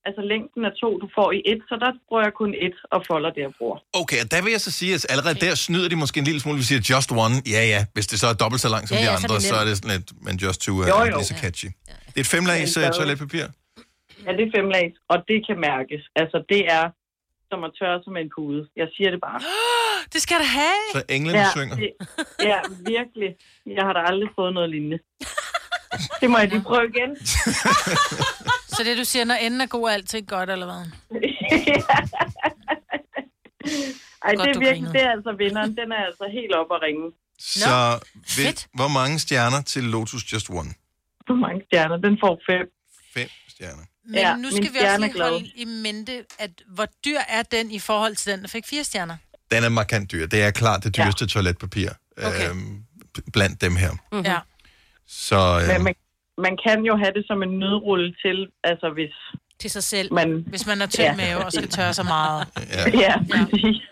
H: Altså længden er to, du får i et, så der bruger jeg kun et og folder det, jeg bruger.
A: Okay, og der vil jeg så sige, at allerede der snyder de måske en lille smule, vi siger just one, ja ja, hvis det så er dobbelt så langt som
H: Ja,
A: de
H: ja, så er det
A: andre, så
H: nemt.
A: er det sådan lidt, men just two er
H: Jo,
A: jo,
H: jo.
A: jo. lige så catchy. Det er et femlags
H: Men
A: øh,
H: stadig.
A: toiletpapir.
H: Ja, det er femlags, og det kan mærkes. Altså, det er som at tørre som en pude. Jeg siger det bare.
D: Det skal du have.
A: Så englene synger.
H: Det, ja, virkelig. Jeg har da aldrig fået noget lignende. Det må jeg lige prøve igen.
D: Så det, du siger, når enden er god, er alting godt, eller hvad?
H: Ej,
D: Godt,
H: det
D: du
H: er virkelig,
D: grinede.
H: det er altså vinderen. Den er altså helt op at ringe.
A: Så ved, hvor mange stjerner til Lotus Just One?
H: Hvor mange stjerner? Den får fem.
A: Fem stjerner.
D: Men
H: Ja,
D: ja, nu
H: min
D: skal vi også
H: stjerne er
D: lige
H: glad.
D: holde i mente, at hvor dyr er den i forhold til den, der fik fire stjerner?
A: Den er markant dyr. Det er klart det dyreste ja. toiletpapir
D: Okay.
A: øhm, blandt dem her.
D: Mm-hmm. Ja.
A: Så øhm,
H: Men man, man kan jo have det som en nødrulle til, altså hvis...
C: Til sig selv.
H: Man,
D: Hvis man er tynd ja. mave og skal tørre så meget.
A: Ja.
H: Ja, præcis.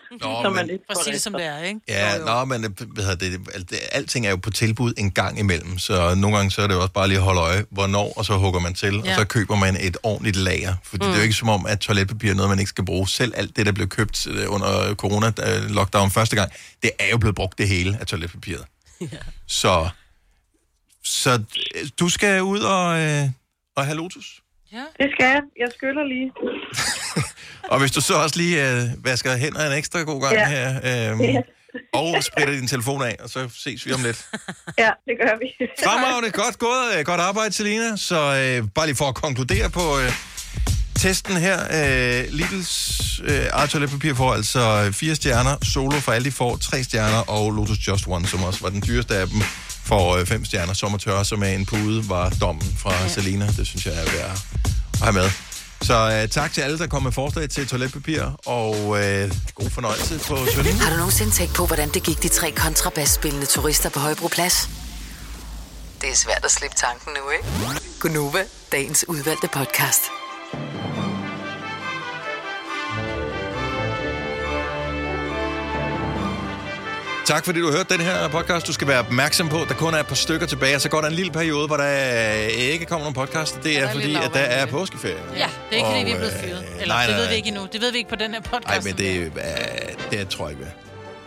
H: så
A: Nå, men-
H: man ikke
D: For at sige det, som det er, ikke?
A: Ja, nå, men øh, hvad hedder det, alt- det- alting er jo på tilbud en gang imellem, så nogle gange så er det jo også bare lige at holde øje, hvornår, og så hugger man til, ja. og
D: Ja.
A: så køber man et ordentligt lager. Fordi mm. det er jo ikke som om, at toiletpapir er noget, man ikke skal bruge. Selv alt det, der blev købt øh, under corona-lockdown første gang, det er jo blevet brugt det hele af toiletpapiret. Så, så øh, du skal ud og, øh, og have lotus.
D: Ja.
H: Det skal jeg. Jeg skyller lige.
A: Og hvis du så også lige øh, vasker hænder en ekstra god gang
H: Ja.
A: ja. her, øh,
H: Ja.
A: og spritter din telefon af, og så ses vi om lidt.
H: Ja, det gør vi.
A: Fremragende, godt gået, øh, godt arbejde, Selina. Så øh, bare lige for at konkludere på øh, testen her. Øh, Lidls øh, eget toiletpapir får altså øh, fire stjerner, Solo for alle de får tre stjerner, og Lotus Just One, som også var den dyreste af dem, får øh, fem stjerner. Sommertørre, som er en pude, var dommen fra ja. Selina. Det synes jeg er værd at have med. Så øh, tak til alle, der kom med forslag til toiletpapir, og øh, god fornøjelse på søndag.
F: Har du nogensinde tænkt på, hvordan det gik de tre kontrabasspillende turister på Højbroplads? Det er svært at slippe tanken nu, ikke? Gunova, dagens udvalgte podcast.
A: Tak fordi du hørte den her podcast. Du skal være opmærksom på, at der kun er et par stykker tilbage, og så går der en lille periode, hvor der øh, ikke kommer nogen podcast. Det er,
D: der er
A: fordi,
D: lidt
A: at der er påskeferie.
D: Ja, det er ikke, fordi
A: Og,
D: vi er blevet
A: øh,
D: fyret. Eller
A: nej,
D: det ved
A: nej.
D: vi ikke endnu. Det ved vi ikke på den her podcast.
A: Nej, men det, øh, det tror jeg ikke. hvad.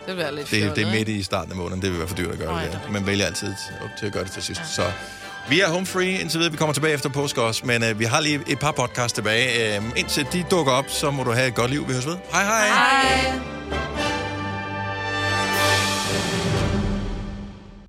E: Det bliver lidt
A: Det, det er
E: fjollet,
A: midt i starten af måneden. Det vil være for dyrt at gøre det. Der. Man vælger altid op til at gøre det til sidst. Så vi er home free indtil videre. Vi kommer tilbage efter påske også, men øh, vi har Øhm, lige et par podcasts tilbage. Øh, indtil de dukker op, så må du have et godt liv. Vi høres ved. Hej hej!
D: Hej.